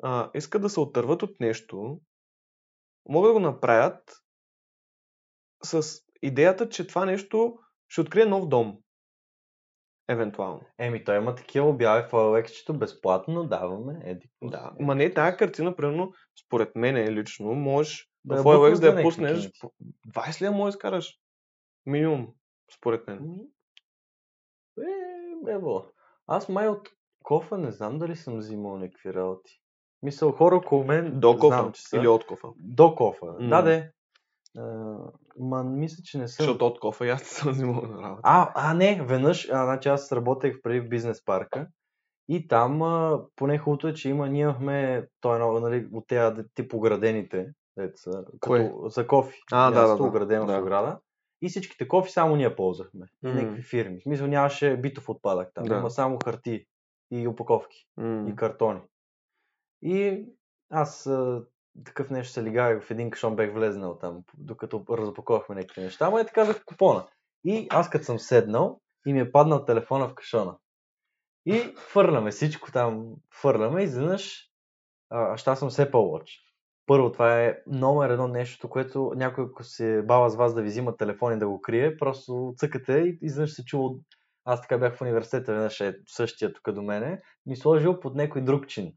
Speaker 2: а, искат да се отърват от нещо, могат да го направят с идеята, че това нещо ще открие нов дом. Евентуално.
Speaker 1: Еми, той има такива обяви в Алекчето, безплатно даваме. Еди, какво
Speaker 2: Да.
Speaker 1: си.
Speaker 2: Ма не, тази картина, примерно, според мен лично, можеш
Speaker 1: Да
Speaker 2: да
Speaker 1: я
Speaker 2: в
Speaker 1: бутнеш
Speaker 2: OLX да
Speaker 1: за
Speaker 2: я
Speaker 1: някакви
Speaker 2: пуснеш.
Speaker 1: кинти.
Speaker 2: по- 20 ли я можеш да изкараш? Минимум, според мен.
Speaker 1: Е, ево. Аз май от кофа не знам дали съм взимал някакви работи. Мисъл, хора около мен
Speaker 2: До кофа
Speaker 1: знам, че са.
Speaker 2: или от кофа.
Speaker 1: До кофа.
Speaker 2: М.
Speaker 1: Да, де. А, ма, мисля, че не съм.
Speaker 2: Защото от кофа и аз не съм взимал на работа.
Speaker 1: А, а не, веднъж, а, значи аз работех преди в бизнес парка и там а, поне хубавото е, че има, ние имахме, той едно, нали, от тези тип оградените, деца,
Speaker 2: Кое?
Speaker 1: като за кофи,
Speaker 2: А, да, да, да.
Speaker 1: оградено с
Speaker 2: Да.
Speaker 1: ограда. И всичките кофи само ние ползвахме.
Speaker 2: М.
Speaker 1: Някакви фирми. В смисъл нямаше битов отпадък там.
Speaker 2: Да.
Speaker 1: Има само хартии и опаковки
Speaker 2: М.
Speaker 1: и картони. И аз а, такъв нещо се лигавих в един кашон бех влезнал там, докато разопаковахме някакви неща, ама е така за купона. И аз като съм седнал и ми е паднал телефона в кашона. И фърляме всичко там, фърляме и изведнъж, а, аз съм с Apple Watch. Първо, това е номер едно нещото, което някой, ако се бава с вас да ви взима телефон и да го крие, просто цъкате и изведнъж се чува от... Аз така бях в университета, веднъж е същия тук до мене, ми сложил под някой друг чин.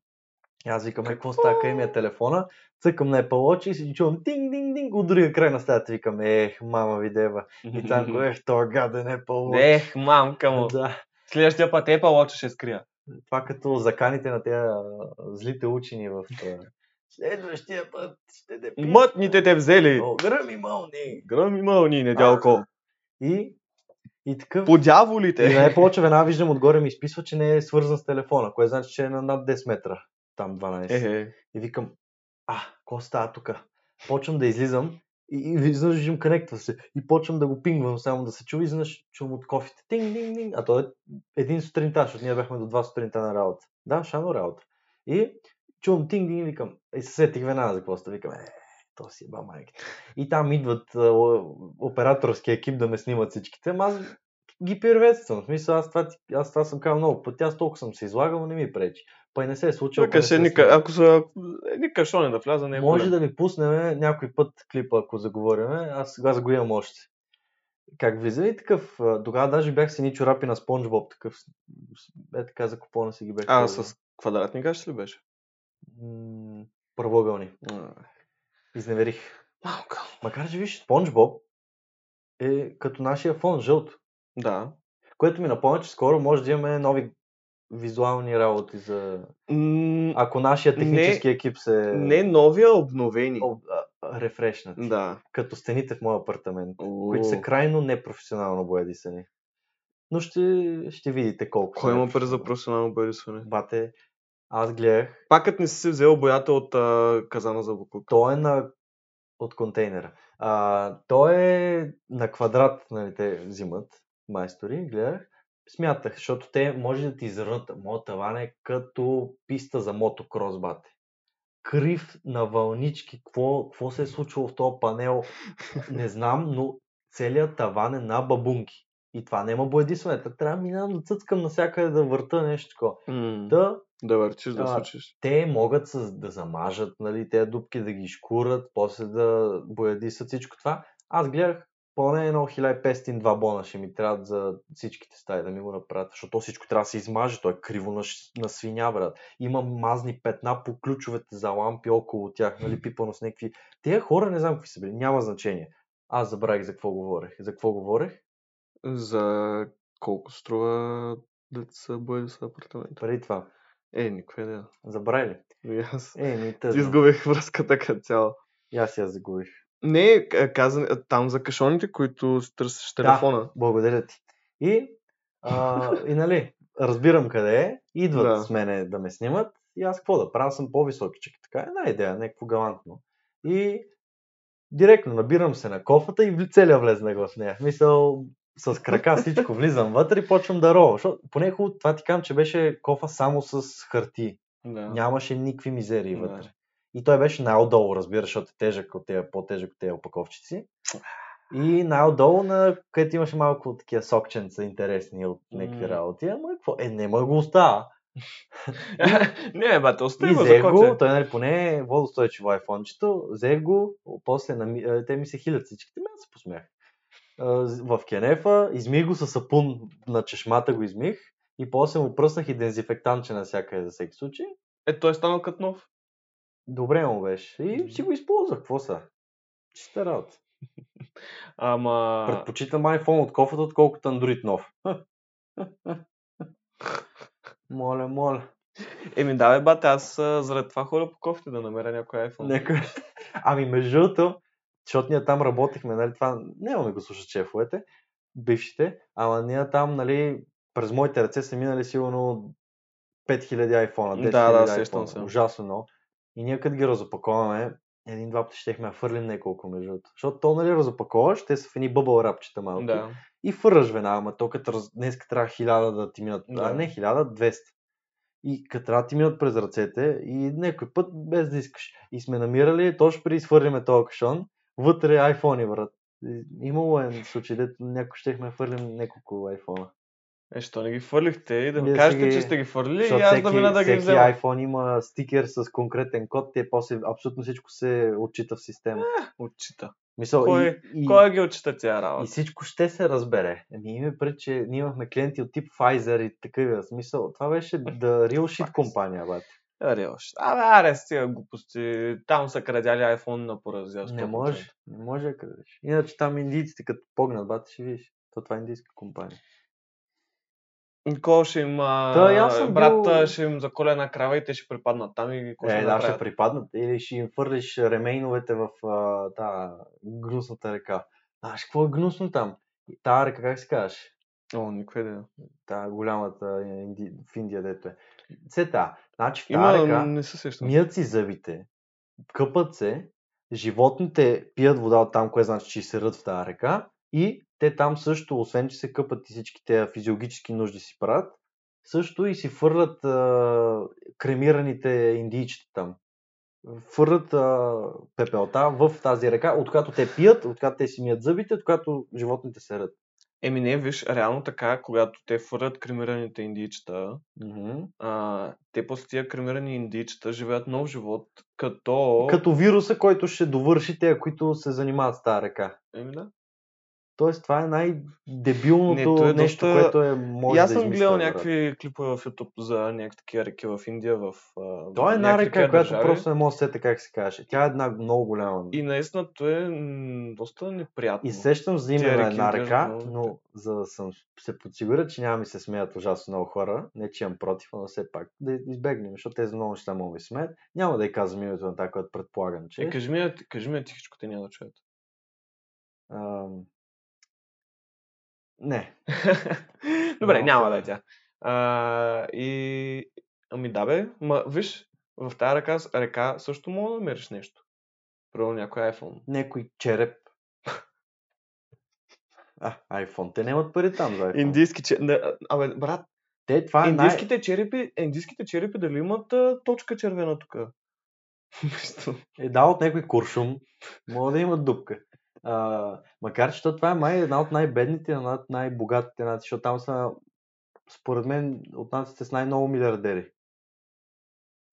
Speaker 1: И аз викам, е, какво става, къде ми е телефона? Цъкам на Apple Watch и си чувам тинг-динг-динг от другия край на стаята. Викам, ех, мама ви дева. И там го ех, той е гаден Apple Watch.
Speaker 2: [laughs] Ех, мамка му.
Speaker 1: да.
Speaker 2: Следващия път Apple Watch ще скрия.
Speaker 1: Това като заканите на тези а, злите учени в... а, Следващия път ще те пи-
Speaker 2: Мътните те взели.
Speaker 1: Огръми мълни!
Speaker 2: Гръм и мълни, недялко.
Speaker 1: И, и такъв... И
Speaker 2: Подяволите.
Speaker 1: на Apple Watch веднага виждам отгоре ми изписва, че не е свързан с телефона, което значи, че е на над 10 метра. Там 12.
Speaker 2: Ехе.
Speaker 1: И викам, а, какво става тук? Почвам да излизам и, и изведнъж виждам конектва се. И почвам да го пингвам, само да се чува, и изведнъж чувам от кофите. Тинг, динг, динг. А той е един сутринта, защото ние бяхме до два сутринта на работа. Да, шано работа. И чувам тинг, динг, викам, и се сетих веднага за какво става. Викам, е, то си е ба майката. И там идват а, о- операторски екип да ме снимат всичките. Ама аз ги приветствам. В смисъл, аз това, ти- аз това съм казал много пъти, аз толкова съм се излагал, не ми пречи. Па и не се е случило. па не
Speaker 2: Чакаш,
Speaker 1: се е
Speaker 2: ни,
Speaker 1: снимал.
Speaker 2: ако са едни кашони да вляза, не е
Speaker 1: Може
Speaker 2: голям.
Speaker 1: да ви пуснем някой път клипа, ако заговориме. Аз, аз го имам още. Как влиза и такъв. а, Тогава даже бях си ни чорапи на Спонж Боб, такъв. с- с- Е така за купона си ги бях.
Speaker 2: А,
Speaker 1: сложил.
Speaker 2: с квадратни гащи ли беше?
Speaker 1: М, Правоъгълни.
Speaker 2: А,
Speaker 1: Изневерих.
Speaker 2: Малко.
Speaker 1: Макар, че виж, Спонж Боб е като нашия фон жълт.
Speaker 2: Да.
Speaker 1: Което ми напомня, че скоро може да имаме нови визуални работи за...
Speaker 2: М,
Speaker 1: Ако нашия технически екип се...
Speaker 2: Не новия, обновени.
Speaker 1: О, а, а, рефрешнат.
Speaker 2: Да.
Speaker 1: Като стените в моя апартамент. които
Speaker 2: О,
Speaker 1: са крайно непрофесионално боядисани. Но ще, ще видите колко.
Speaker 2: Кой
Speaker 1: са
Speaker 2: има пари за
Speaker 1: непрофесионални.
Speaker 2: професионално бърисване?
Speaker 1: Бате, аз гледах.
Speaker 2: Пакът не си си взел боята от а, казана за Букук.
Speaker 1: Той е на... от контейнера. А, той е на квадрат, нали, те взимат майстори, гледах. Смятах, защото те може да ти изърнат. Моят таван е като писта за мотокрос, бате. Крив на вълнички. Какво, какво се е случило в този панел? Не знам, но целият таван е на бабунки. И това няма боядисване. Та Трябва да минавам да цъцкам навсякъде да върта нещо такова.
Speaker 2: Да.
Speaker 1: Та,
Speaker 2: Да върчиш, да
Speaker 1: А,
Speaker 2: случиш.
Speaker 1: те могат с, да замажат, нали, тези дупки да ги шкурат, после да боядисат всичко това. Аз гледах поне едно 1502 бона ще ми трябват за всичките стаи да ми го направят, защото то всичко трябва да се измаже, то е криво на, ш- на свиня, брат. Има мазни петна по ключовете за лампи около тях, нали, пипано с някакви... Те хора не знам какви са били, няма значение. Аз забравих за какво говорех. За какво говорех?
Speaker 2: За колко струва да са боя с апартамента?
Speaker 1: Преди това.
Speaker 2: Е, никаква идея.
Speaker 1: Забравя ли?
Speaker 2: И Аз
Speaker 1: Е, ми тъжно.
Speaker 2: изгубих връзката като цяло.
Speaker 1: И аз я загубих.
Speaker 2: Не, к- казан, а, там за кашоните, които си търсиш
Speaker 1: Да.
Speaker 2: телефона.
Speaker 1: Благодаря ти. И, а, и нали, разбирам къде е, идват
Speaker 2: Да.
Speaker 1: да. с мене да ме снимат и аз какво да правя, съм по-високичък. Така една идея, някакво галантно. И директно набирам се на кофата и вли- целия влезнах в нея. В Мисъл, с крака всичко влизам вътре и почвам да рова. Защото поне хубаво, това ти казвам, че беше кофа само с хартии.
Speaker 2: Да.
Speaker 1: Нямаше никакви мизерии
Speaker 2: Да.
Speaker 1: вътре. И той беше най-отдолу, разбира, защото е тежък от тези, по-тежък от тези опаковчици. И най-отдолу, на където имаше малко такива сокченца интересни от някакви
Speaker 2: М.
Speaker 1: работи. Ама какво? Е, нема го остава.
Speaker 2: [laughs] не, бе, бате,
Speaker 1: И
Speaker 2: остави го за
Speaker 1: взех го,
Speaker 2: коте.
Speaker 1: той нали, поне е водостойчиво айфончето, взех го, после нами... е, те ми се хилят всичките, мен се посмях. А, з- В кенефа, измих го със сапун на чешмата го измих и после му пръснах и дезинфектантче на всякъде за всеки случай.
Speaker 2: Е, той е станал като нов.
Speaker 1: Добре му беше. И си го използвах. Какво са? Чиста работа.
Speaker 2: Ама...
Speaker 1: Предпочитам iPhone от кофата, отколкото Android нов. [laughs] моля, моля.
Speaker 2: Еми да, бе, е, бате, аз а, заради това хора по кофти да намеря някой iPhone.
Speaker 1: Някой... Ами между другото, защото ние там работихме, нали, това нямаме го слушат шефовете, бившите, ама ние там, нали, през моите ръце са минали сигурно 5000 iPhone, 10
Speaker 2: Да,
Speaker 1: 000
Speaker 2: да, сещам
Speaker 1: iPhone,
Speaker 2: се.
Speaker 1: ужасно много. И ние като ги разопаковаме, един-два пъти щехме да фърлим няколко между другото. Защото то, нали, разопаковаш, те са в едни бъбъл рапчета малко.
Speaker 2: Да.
Speaker 1: И фърляш веднага, ама то като раз... днес трябва хиляда да ти минат,
Speaker 2: Да.
Speaker 1: а не хиляда, 200. И като трябва да ти минат през ръцете и някой път без да искаш. И сме намирали, точно при изфърлиме този кашон, вътре iPhone-и, брат. И- Имало е случай, дето някой щехме да фърлим няколко iPhone.
Speaker 2: Е, що не ги фърлихте и да ми
Speaker 1: Ние
Speaker 2: кажете,
Speaker 1: си ги-
Speaker 2: че сте ги фърлили и
Speaker 1: Защото
Speaker 2: аз да мина да ги
Speaker 1: всеки
Speaker 2: взема.
Speaker 1: iPhone има стикер с конкретен код, те после абсолютно всичко се отчита в система.
Speaker 2: Отчита.
Speaker 1: Мисъл,
Speaker 2: Кой-
Speaker 1: и, и,
Speaker 2: Кой ги отчита тя
Speaker 1: И
Speaker 2: работа?
Speaker 1: всичко ще се разбере. Ами има пред, че ние имахме клиенти от тип Pfizer и такива. В Смисъл, това беше the real shit компания, бат.
Speaker 2: Аре, още. Абе, аре, стига глупости. Там са крадяли iPhone на поразия.
Speaker 1: Не
Speaker 2: 100%.
Speaker 1: може, не може да крадеш. Иначе там индийците като погнат, бат, ще видиш. То това е индийска компания.
Speaker 2: Никол ще им, а,
Speaker 1: Та, и аз съм
Speaker 2: брат,
Speaker 1: бил-
Speaker 2: а, ще им заколя една крава и те ще припаднат там и какво ще
Speaker 1: е, да, ще
Speaker 2: направят?
Speaker 1: припаднат. Или ще им фърлиш ремейновете в а, та, гнусната река. Знаеш, какво е гнусно там? Та река, как се казваш?
Speaker 2: О, никой
Speaker 1: е.
Speaker 2: да.
Speaker 1: Та голямата инди... в Индия, дето е. Цета. Значи в та
Speaker 2: Има,
Speaker 1: река...
Speaker 2: не се сещам.
Speaker 1: мият си зъбите, къпат се, животните пият вода от там, кое значи, че и се рът в тази река и те там също, освен че се къпат и всичките физиологически нужди си правят, също и си фърлят а, кремираните индийчета там. Фърлят а, пепелта в тази река, от която те пият, от която те си мият зъбите, от която животните се рът.
Speaker 2: Еми не, виж, реално така, когато те фурят кремираните индийчета, а, те после тия кремирани индийчета живеят нов живот, като...
Speaker 1: Като вируса, който ще довърши те, които се занимават с тази река.
Speaker 2: Еми да.
Speaker 1: Тоест, това е най-дебилното
Speaker 2: Не, то е
Speaker 1: нещо,
Speaker 2: доста-
Speaker 1: което е може
Speaker 2: и аз
Speaker 1: да
Speaker 2: съм
Speaker 1: измисля,
Speaker 2: гледал
Speaker 1: брат.
Speaker 2: някакви клипове в YouTube за някакви такива реки в Индия, в... а,
Speaker 1: То е една
Speaker 2: някакви
Speaker 1: река,
Speaker 2: такива
Speaker 1: която
Speaker 2: държави.
Speaker 1: просто не мога да сета как се каже. Тя е една много голяма. И,
Speaker 2: И наистина то е м, доста неприятно. Е,
Speaker 1: сещам за име
Speaker 2: Тия
Speaker 1: на
Speaker 2: реки
Speaker 1: една
Speaker 2: изглеждат
Speaker 1: река,
Speaker 2: много-
Speaker 1: но за да съм се подсигуря, че няма ми се смеят ужасно много хора, не че имам против, но все пак да избегнем, защото тези много неща могат да ми смеят. Няма да й казвам името на тази, която предполагам, че...
Speaker 2: Е, кажи ми, я- кажи ми я тихичко, те няма да [laughs] чуят.
Speaker 1: Ам, Не,
Speaker 2: Добре,
Speaker 1: Малко
Speaker 2: няма
Speaker 1: е.
Speaker 2: да е тя. А, и... Ами да бе, ма, виж, в тази река, река също мога да намериш нещо. Примерно някой iPhone.
Speaker 1: някой череп. [laughs] А, iPhone. Те нямат пари там за iPhone.
Speaker 2: Индийски че... Не, а, абе, брат,
Speaker 1: Те, това е най...
Speaker 2: индийските, черепи, индийските черепи дали имат а, точка червена тук? [laughs]
Speaker 1: е дал от някой куршум, може да има дупка. А, макар, че то това е май една от най-бедните, една от най-богатите нации, защото там са, според мен, от нациите с най-много милиардери.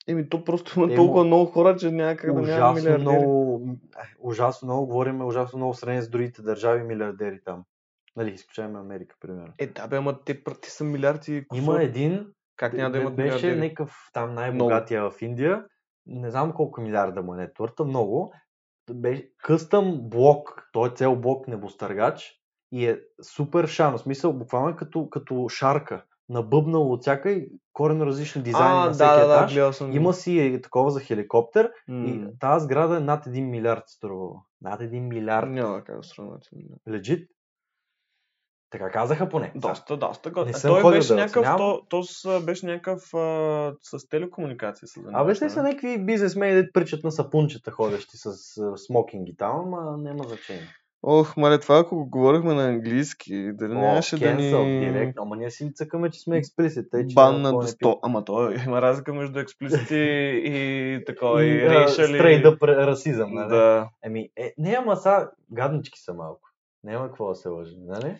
Speaker 2: Еми, то просто има
Speaker 1: Те
Speaker 2: толкова
Speaker 1: му-
Speaker 2: много хора, че някак да няма
Speaker 1: Ужасно
Speaker 2: милиардери.
Speaker 1: много, е, ужасно много, говорим ужасно много в сравнение с другите държави милиардери там. Нали, изключаваме Америка, примерно.
Speaker 2: Е, да бе, ама те, пр- те са милиарди. и
Speaker 1: Има
Speaker 2: кусур.
Speaker 1: един,
Speaker 2: Как няма да
Speaker 1: бе-
Speaker 2: имат
Speaker 1: беше
Speaker 2: милиардери?
Speaker 1: някакъв там най-богатия в Индия, не знам колко милиарда му е нетворта, много, беше къстъм блок, той е цел блок небостъргач и е супер шан, в смисъл буквално е като, като шарка, набъбнало от всяка и коренно различни дизайни
Speaker 2: а,
Speaker 1: на всеки
Speaker 2: да, да, да,
Speaker 1: етаж.
Speaker 2: гледал съм.
Speaker 1: Има си и такова за хеликоптер
Speaker 2: М,
Speaker 1: и тази сграда е над 1 милиард струвала. Над 1 милиард.
Speaker 2: Няма как да сравнят.
Speaker 1: Легит. Така казаха поне.
Speaker 2: Доста, доста.
Speaker 1: Не
Speaker 2: Не
Speaker 1: съм
Speaker 2: той
Speaker 1: ходил
Speaker 2: беше
Speaker 1: да
Speaker 2: някакъв,
Speaker 1: оценявам.
Speaker 2: то, то с, беше някакъв а, с телекомуникации се занимаваше.
Speaker 1: Абе, те са някакви бизнесмени, да причат на сапунчета, ходещи с а, смокинги там, ама няма значение.
Speaker 2: Ох, мале, това ако го говорихме на английски, дали
Speaker 1: О, cancel директно, ама ние си ли цъкаме, че сме експлисит. Тъй, че никой не пи-
Speaker 2: Ама то има разлика
Speaker 1: [laughs]
Speaker 2: между експлицити и такова, и,
Speaker 1: а,
Speaker 2: racial, и
Speaker 1: Straight up расизъм, нали?
Speaker 2: Ами, Да.
Speaker 1: Еми, е, не, ама са, гаднички са малко. Няма какво да се лъжи, нали?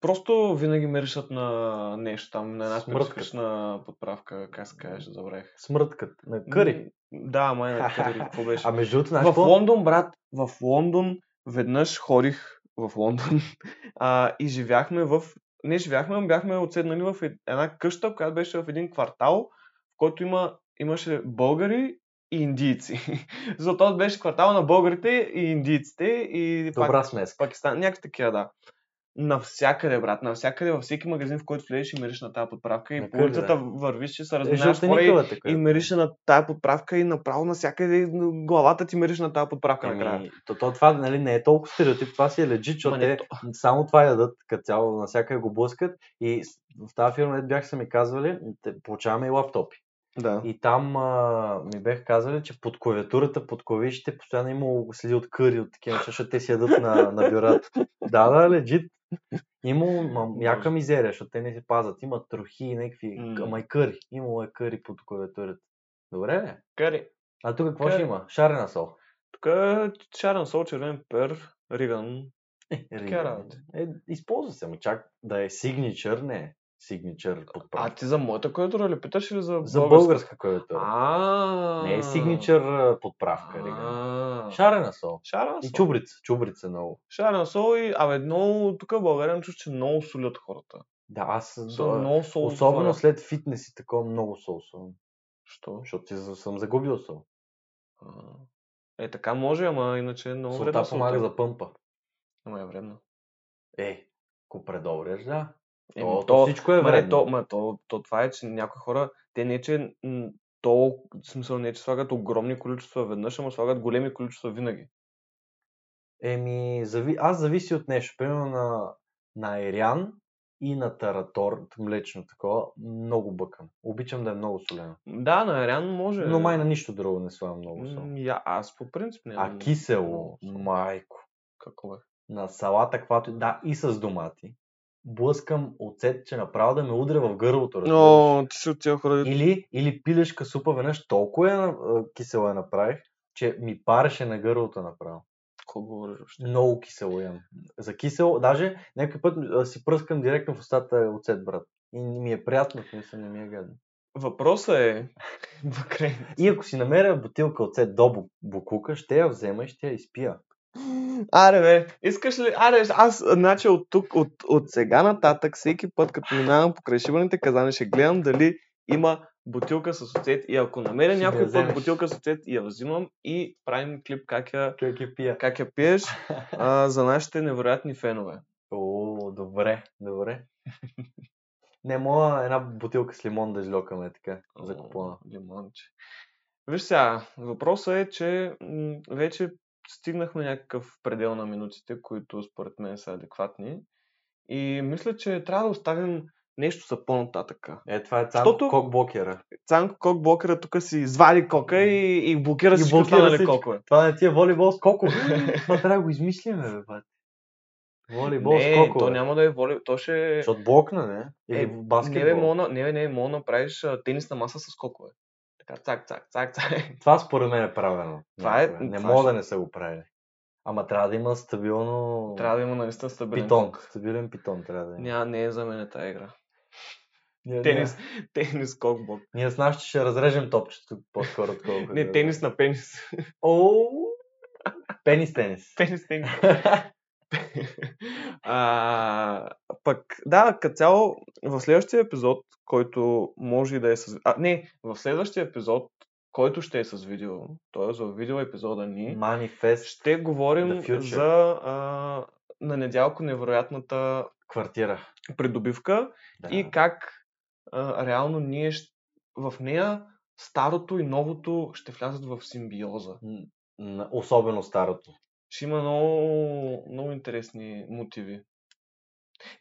Speaker 2: Просто винаги миришат на нещо там, на една
Speaker 1: Смръткат.
Speaker 2: специфична подправка, как се каже, забравих.
Speaker 1: Смърткът на къри.
Speaker 2: М, Да, май на къри, какво беше?
Speaker 1: А между другото, знаеш
Speaker 2: В
Speaker 1: какво?
Speaker 2: Лондон, брат, в Лондон веднъж ходих в Лондон [laughs] а, и живяхме в... Не живяхме, но бяхме отседнали в е- една къща, която беше в един квартал, в който има, имаше българи и индийци. [laughs] Защото беше квартал на българите и индийците и пак,
Speaker 1: Добра смеска.
Speaker 2: Пакистан, някакви такива, да. Навсякъде, брат, навсякъде, във всеки магазин, в който влезеш и мириш на тази подправка и
Speaker 1: Макар
Speaker 2: по
Speaker 1: ли,
Speaker 2: улицата
Speaker 1: да?
Speaker 2: вървиш, че се
Speaker 1: Е,
Speaker 2: разминаваш с хора и,
Speaker 1: жълтеникава така.
Speaker 2: и мирише на тази подправка и направо навсякъде и главата ти мирише на тази подправка накрая.
Speaker 1: Ами, то, то, това нали, не е толкова стереотип, това си е легит, защото
Speaker 2: Ма не
Speaker 1: те
Speaker 2: [laughs]
Speaker 1: само това ядат като цяло, навсякъде го блъскат. И с- в тази фирма, дето бях са ми казвали, те- получаваме и лаптопи.
Speaker 2: Да.
Speaker 1: И там а, ми бях казали, че под клавиатурата, под клавишите, постоянно е имало следи от къри, от такива, неща, защото те си ядат на, на бюрата. Да, да, легит. Имало ма, яка мизерия, защото те не се пазят. Имат трохи и някакви,
Speaker 2: М.
Speaker 1: ама и къри. Имало е къри под клавиатурата. Добре, бе.
Speaker 2: Кари.
Speaker 1: А тук какво ще
Speaker 2: Къри.
Speaker 1: има? Шарена сол.
Speaker 2: Тук шарен сол, червен пер, риган.
Speaker 1: Риган.
Speaker 2: работи.
Speaker 1: Е, използва се, ма чак да е signature, не е signature
Speaker 2: А
Speaker 1: подправка.
Speaker 2: ти за моята клавиатура ли питаш или за,
Speaker 1: За българска клавиатура.
Speaker 2: А.
Speaker 1: Не е signature а, подправка, Риган.
Speaker 2: А.
Speaker 1: Шарена сол.
Speaker 2: Шарен
Speaker 1: И
Speaker 2: сол.
Speaker 1: чубрица, чубрица много.
Speaker 2: Шарен сол и... Абе, много... Тук в България чуш, че много солят хората.
Speaker 1: Да, аз
Speaker 2: Са
Speaker 1: да,
Speaker 2: много сол.
Speaker 1: особено
Speaker 2: слагат.
Speaker 1: след фитнес и такова много сол съм.
Speaker 2: Що?
Speaker 1: Защото си за- съм загубил сол.
Speaker 2: А. Е, така може, ама иначе е много
Speaker 1: Солта
Speaker 2: вредно.
Speaker 1: помага за пъмпа.
Speaker 2: Ама е вредно.
Speaker 1: Е, ако предобреш, да.
Speaker 2: Еми,
Speaker 1: То, то
Speaker 2: то-
Speaker 1: всичко е
Speaker 2: Ма не, то,
Speaker 1: вредно.
Speaker 2: ма, то, то, това е, че някои хора, те не е, че м, то, в смисъл не е, че слагат огромни количества веднъж, ама слагат големи количества винаги.
Speaker 1: Еми, зави... аз зависи от нещо. Примерно на, на Ериан и на Таратор, млечно такова, много бъкам. Обичам да е много солено.
Speaker 2: Да, на реално може.
Speaker 1: Но май на нищо друго не слагам много сол.
Speaker 2: Е, М, Я, аз по принцип не.
Speaker 1: А кисело,
Speaker 2: много сол.
Speaker 1: майко.
Speaker 2: Какво е?
Speaker 1: на салата, каквато и- да, и с домати, блъскам оцет, че направо да ме удря в гърлото. разбираш.
Speaker 2: Но, ти си от тия хора.
Speaker 1: Или, или пилешка супа веднъж толкова я, на- а, кисела я направих, че ми пареше на гърлото направо.
Speaker 2: Какво говориш въобще?
Speaker 1: Много кисело ям. За кисело, даже някой път а, си пръскам директно в устата оцет, брат. И не ми е приятно, в смисъл не ми е гадно.
Speaker 2: Въпросът е. [laughs] Покрай.
Speaker 1: И ако си намеря бутилка оцет до бу- букука, ще я взема и ще я изпия.
Speaker 2: Аре, бе, искаш ли? Аре, аз, значи, от тук, от, от сега нататък, всеки път, като минавам по шибаните казани, ще гледам дали има бутилка с оцет и ако намеря
Speaker 1: Ще я
Speaker 2: някой
Speaker 1: вземеш.
Speaker 2: път бутилка с оцет, я взимам и правим клип как я,
Speaker 1: Как я пия?
Speaker 2: как я пиеш а, за нашите невероятни фенове.
Speaker 1: О, добре,
Speaker 2: [laughs]
Speaker 1: добре. Не мога една бутилка с лимон да излёкаме така за купона.
Speaker 2: О, Лимонче. Виж сега, въпросът е, че м, вече стигнахме някакъв предел на минутите, които според мен са адекватни. И мисля, че трябва да оставим нещо за по-нататък.
Speaker 1: Е, това е цанко
Speaker 2: Щото-
Speaker 1: кок блокера.
Speaker 2: Цанко кок блокера тук си извади кока и, и блокира
Speaker 1: И
Speaker 2: всички
Speaker 1: блокира
Speaker 2: останали
Speaker 1: всичко.
Speaker 2: кокове.
Speaker 1: Това не ти е волейбол с
Speaker 2: [laughs]
Speaker 1: коко. това трябва да го измислим, бе, бе. Волейбол с
Speaker 2: Не,
Speaker 1: коко.
Speaker 2: то няма да е воли, то ще...
Speaker 1: Защото блокна, не? Или
Speaker 2: Е,
Speaker 1: е, баскетбол.
Speaker 2: Не, бе, мога, на- не, бе, не, мога да направиш а, тенисна маса с кокове. Така, цак, цак, цак, [laughs] цак.
Speaker 1: Това според мен е правилно.
Speaker 2: Това е-
Speaker 1: Някога. Не
Speaker 2: това
Speaker 1: мога
Speaker 2: ще-
Speaker 1: да не са го правили. Ама трябва да има стабилно...
Speaker 2: Трябва да има наистина стабилен
Speaker 1: питон.
Speaker 2: кок.
Speaker 1: Стабилен питон трябва да има.
Speaker 2: Ня, не е за мен тази игра.
Speaker 1: Ние,
Speaker 2: Тенис,
Speaker 1: Ние,
Speaker 2: тенис, кокбок.
Speaker 1: ние с нашите ще разрежем топчето по-скоро, отколкото.
Speaker 2: Не, тенис на пенис. [laughs]
Speaker 1: Оу! Пенис тенис.
Speaker 2: Тенис, тенис. [laughs] а, пък, да, като цяло, в следващия епизод, който може и да е с... А, не, в следващия епизод, който ще е с видео, т.е. в видео епизода ни,
Speaker 1: Манифест
Speaker 2: ще говорим
Speaker 1: The future.
Speaker 2: за а, на недялко невероятната
Speaker 1: квартира.
Speaker 2: придобивка
Speaker 1: Да.
Speaker 2: и как а, реално ние щ... в нея старото и новото ще влязат в симбиоза.
Speaker 1: М, м, Особено старото.
Speaker 2: ще има много, много интересни мотиви.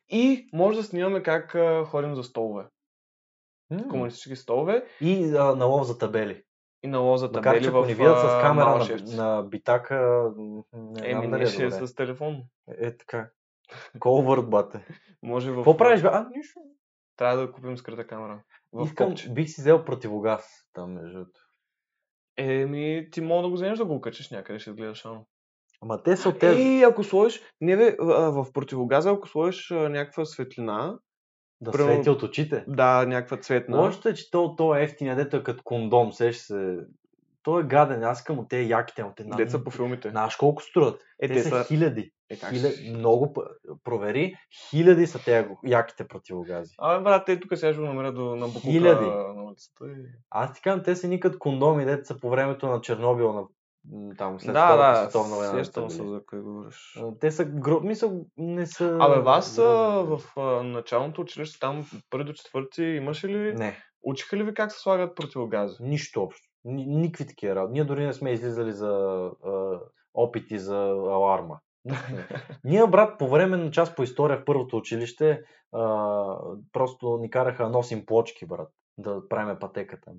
Speaker 2: И може да снимаме как а, ходим за столове. Комунистически столове
Speaker 1: И а, на лов за табели.
Speaker 2: и на лоза
Speaker 1: Макар
Speaker 2: табели
Speaker 1: че
Speaker 2: в
Speaker 1: ако ни видят с
Speaker 2: а,
Speaker 1: камера
Speaker 2: Мала
Speaker 1: на,
Speaker 2: Шефчица.
Speaker 1: на битака, м, не
Speaker 2: Еми,
Speaker 1: знам
Speaker 2: ние
Speaker 1: дали
Speaker 2: ще
Speaker 1: е
Speaker 2: е
Speaker 1: добре.
Speaker 2: с телефон.
Speaker 1: Е, така. Колвърд, бате.
Speaker 2: Може в...
Speaker 1: Какво правиш, бе? А, нищо.
Speaker 2: Трябва да купим скрита камера. В
Speaker 1: Искам,
Speaker 2: копче.
Speaker 1: бих си взел противогаз там, между другото.
Speaker 2: Еми, ти мога да го вземеш да го окачиш някъде, ще изгледаш ано.
Speaker 1: Ама те са от тези.
Speaker 2: Ей, ако сложиш... Не бе, а, в противогаза, ако сложиш а, някаква светлина,
Speaker 1: да
Speaker 2: примерно-
Speaker 1: свети от очите.
Speaker 2: да, някаква цветна.
Speaker 1: Лошото е, че то, то е ефтиния, дето е като кондом, сеш се. Той е гаден, аз искам от тези яките, от една.
Speaker 2: Деца по филмите.
Speaker 1: Знаеш колко струват?
Speaker 2: Е, те са
Speaker 1: хиляди.
Speaker 2: Е, как
Speaker 1: Хиля...
Speaker 2: ще-
Speaker 1: Много пъ- провери. Хиляди са тези яките противогази.
Speaker 2: Абе, брат, те тук сега ще го намеря до на Букука
Speaker 1: Хиляди.
Speaker 2: на улицата. И...
Speaker 1: Аз ти казвам, те са никът кондоми, деца по времето на Чернобил, на... м, там след
Speaker 2: да,
Speaker 1: Втората
Speaker 2: да,
Speaker 1: световна война. е.
Speaker 2: сещам
Speaker 1: са
Speaker 2: се
Speaker 1: били.
Speaker 2: за кой говориш.
Speaker 1: Те са гру... мисъл, не са...
Speaker 2: Абе, вас а,
Speaker 1: грозни.
Speaker 2: в а, началното училище, там първи до четвърти, имаше ли,
Speaker 1: Не,
Speaker 2: учиха ли ви как се слагат противогази?
Speaker 1: нищо общо. Ни, никакви такива работи. Ние дори не сме излизали за а, опити за аларма. Нищо не. Ние, брат, по време на част по история в първото училище, а, просто ни караха да носим плочки, брат, да правиме пътеката.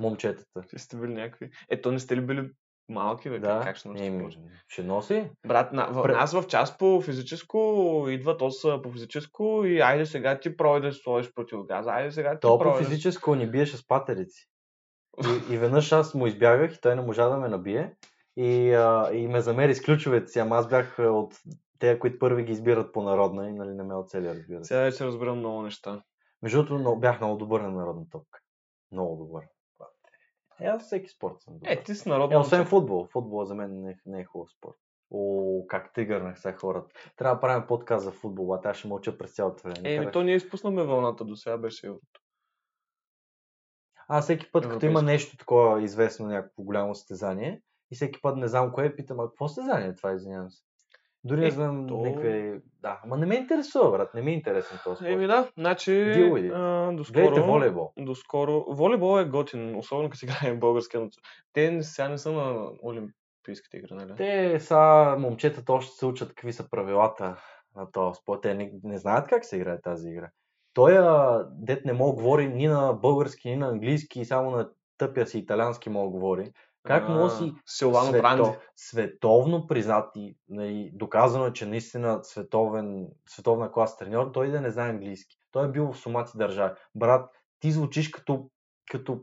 Speaker 1: Момчетата.
Speaker 2: Вие сте били някакви... Е, то не сте ли били малки, бе?
Speaker 1: Да,
Speaker 2: Е, Как ще научите
Speaker 1: еми,
Speaker 2: може?
Speaker 1: ще носи.
Speaker 2: Брат, на, в,
Speaker 1: Пре-
Speaker 2: нас в част по физическо идва то са по физическо и айде сега ти пробвай да сложиш противогаза, айде сега ти
Speaker 1: То по
Speaker 2: пробвай да-
Speaker 1: физическо ни биеше с патерици.
Speaker 2: [laughs]
Speaker 1: И, и веднъж аз му избягах и той не можа да ме набие. И, а, и ме замери с ключовете си, ама аз бях а, от те, които първи ги избират по народна и нали не ме оцели, разбира се.
Speaker 2: Сега вече разбирам много неща.
Speaker 1: Между другото, но- бях много добър на народна топка. Много добър. Е, аз всеки спорт съм добър.
Speaker 2: Е, ти си народ.
Speaker 1: Е, освен футбол. Футбол за мен не, не е хубав спорт. О, как тригърнах сега хората. Трябва да правим подкаст за футбол, а аз ще мълча през цялото време.
Speaker 2: Е, ми
Speaker 1: Карах-
Speaker 2: то ние изпуснахме вълната до сега беше. еврото.
Speaker 1: Аз всеки път, като има
Speaker 2: Европейско.
Speaker 1: нещо такова известно, някакво голямо състезание, и всеки път не знам кое, питам, а какво състезание е това, извинявам се. Дори не
Speaker 2: Е,
Speaker 1: знам
Speaker 2: то-
Speaker 1: някакви... Да, ама не ме интересува, брат, не ми е интересен този спорт.
Speaker 2: Еми да, значи
Speaker 1: Deal with it.
Speaker 2: а, до
Speaker 1: Гледайте
Speaker 2: скоро.
Speaker 1: волейбол.
Speaker 2: Доскоро. Волейбол е готин, особено като играе в българския национал. Те не- сега не са на Олимпийските игри, нали?
Speaker 1: Те са, момчетата още се учат какви са правилата на този спорт. Те не, не знаят как се играе тази игра. Той, а, дет не мога говори ни на български, ни на английски, само на тъпя си италянски мога говори. Как
Speaker 2: А,
Speaker 1: носи
Speaker 2: Силвано Бранди.
Speaker 1: световно признат и нали, доказано е, че наистина световен, световна клас треньор, той да не знае английски. Той е бил в сумати държави. Брат, ти звучиш като, като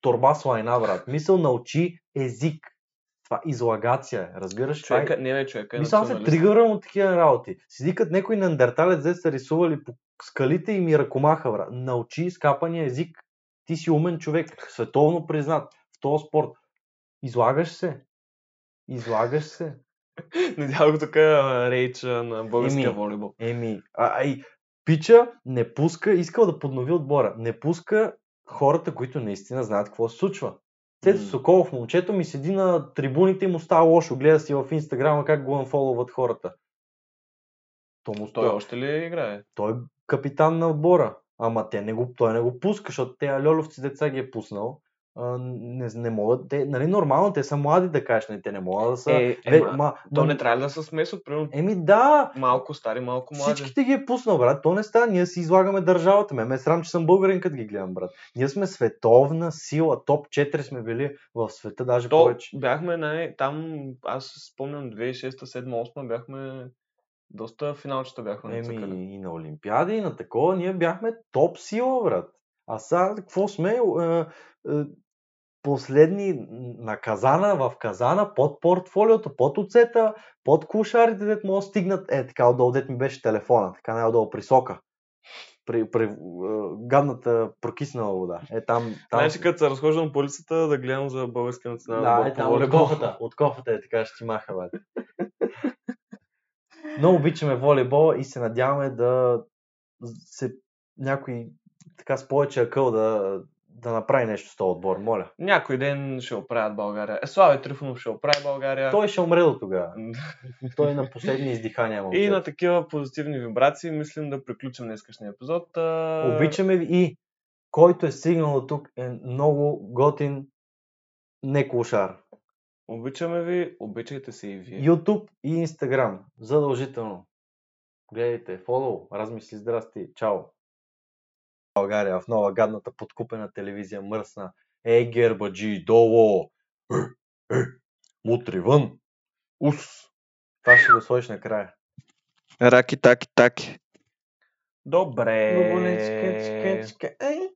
Speaker 1: турба с лайна, брат. Мисъл научи език. Това излагация, е, разбираш? Това е-
Speaker 2: Човека, не, не, човека е
Speaker 1: Мисля, аз се
Speaker 2: националист.
Speaker 1: тригървам от такива работи. Седи като някой неандерталец, де са рисували по скалите и ми ръкомаха, бра. Научи изкапания език. Ти си умен човек, световно признат в този спорт. Излагаш се. Излагаш се.
Speaker 2: [laughs] Надявам го тук а, рейч а, на българския
Speaker 1: Еми.
Speaker 2: волейбол.
Speaker 1: Еми, а, ай, пича не пуска, искал да поднови отбора, не пуска хората, които наистина знаят какво се случва. Цето
Speaker 2: М.
Speaker 1: Соколов, момчето ми седи на трибуните и му става лошо. Гледа си в инстаграма как го анфолват хората. То му
Speaker 2: Той
Speaker 1: става
Speaker 2: още ли играе?
Speaker 1: той е капитан на отбора. Ама те не го, той не го пуска, защото те Льоловци деца ги е пуснал. А, не, не могат, те, нали нормално, те са млади да кажеш, не, те не могат да са...
Speaker 2: Е,
Speaker 1: Ве-
Speaker 2: е, ма,
Speaker 1: ма,
Speaker 2: то
Speaker 1: ма-
Speaker 2: не трябва ли да се смесват, примерно
Speaker 1: Еми да,
Speaker 2: малко стари, малко млади.
Speaker 1: всичките ги е пуснал, брат. То не става, ние си излагаме държавата. Ме, ме е срам, че съм българин, като ги гледам, брат. Ние сме световна сила, топ 4 сме били в света, даже
Speaker 2: То
Speaker 1: повече.
Speaker 2: бяхме най... Там, аз си спомням 2006, 2007, 2008 бяхме... Доста финалчета бяхме
Speaker 1: Еми,
Speaker 2: нацъкали.
Speaker 1: и на Олимпиади, и на такова, ние бяхме топ сила, брат. А сега какво сме? Е, е, последни на казана, в казана, под портфолиото, под оцета, под кушарите, дет могат да стигнат. Е, така отдолу, дет ми беше телефона, така най-отдолу при сока. При, при е, гадната прокиснала вода. Е, там, там
Speaker 2: Значи, като се разхождам по улицата, да гледам за българския национален
Speaker 1: да,
Speaker 2: отбор
Speaker 1: е
Speaker 2: по
Speaker 1: там от
Speaker 2: волейбол.
Speaker 1: кофата. От кофата е така, ще ти маха, бе. [laughs] Много обичаме волейбол и се надяваме да се някой така с повече акъл да, да направи нещо с този отбор, моля.
Speaker 2: [laughs] Някой ден ще оправят България. Е, Слави Трифонов ще оправи България. [laughs]
Speaker 1: Той ще умре до тогава. Той е на последни издихания.
Speaker 2: И
Speaker 1: момче.
Speaker 2: на такива позитивни вибрации мислим да приключим днескашния епизод. А...
Speaker 1: Обичаме ви и който е стигнал до тук е много готин не кошар.
Speaker 2: Обичаме ви, обичайте се и вие.
Speaker 1: YouTube и Instagram. Задължително. Гледайте, фолоу, размисли, здрасти, чао. България в нова гадната подкупена телевизия мръсна. Е, гербаджи, долу! Е, е, мутри вън! Ус! Това ще го сложиш накрая.
Speaker 2: Раки, таки, таки. Добре.
Speaker 1: Е, Бубонечка, чка, чка, ей.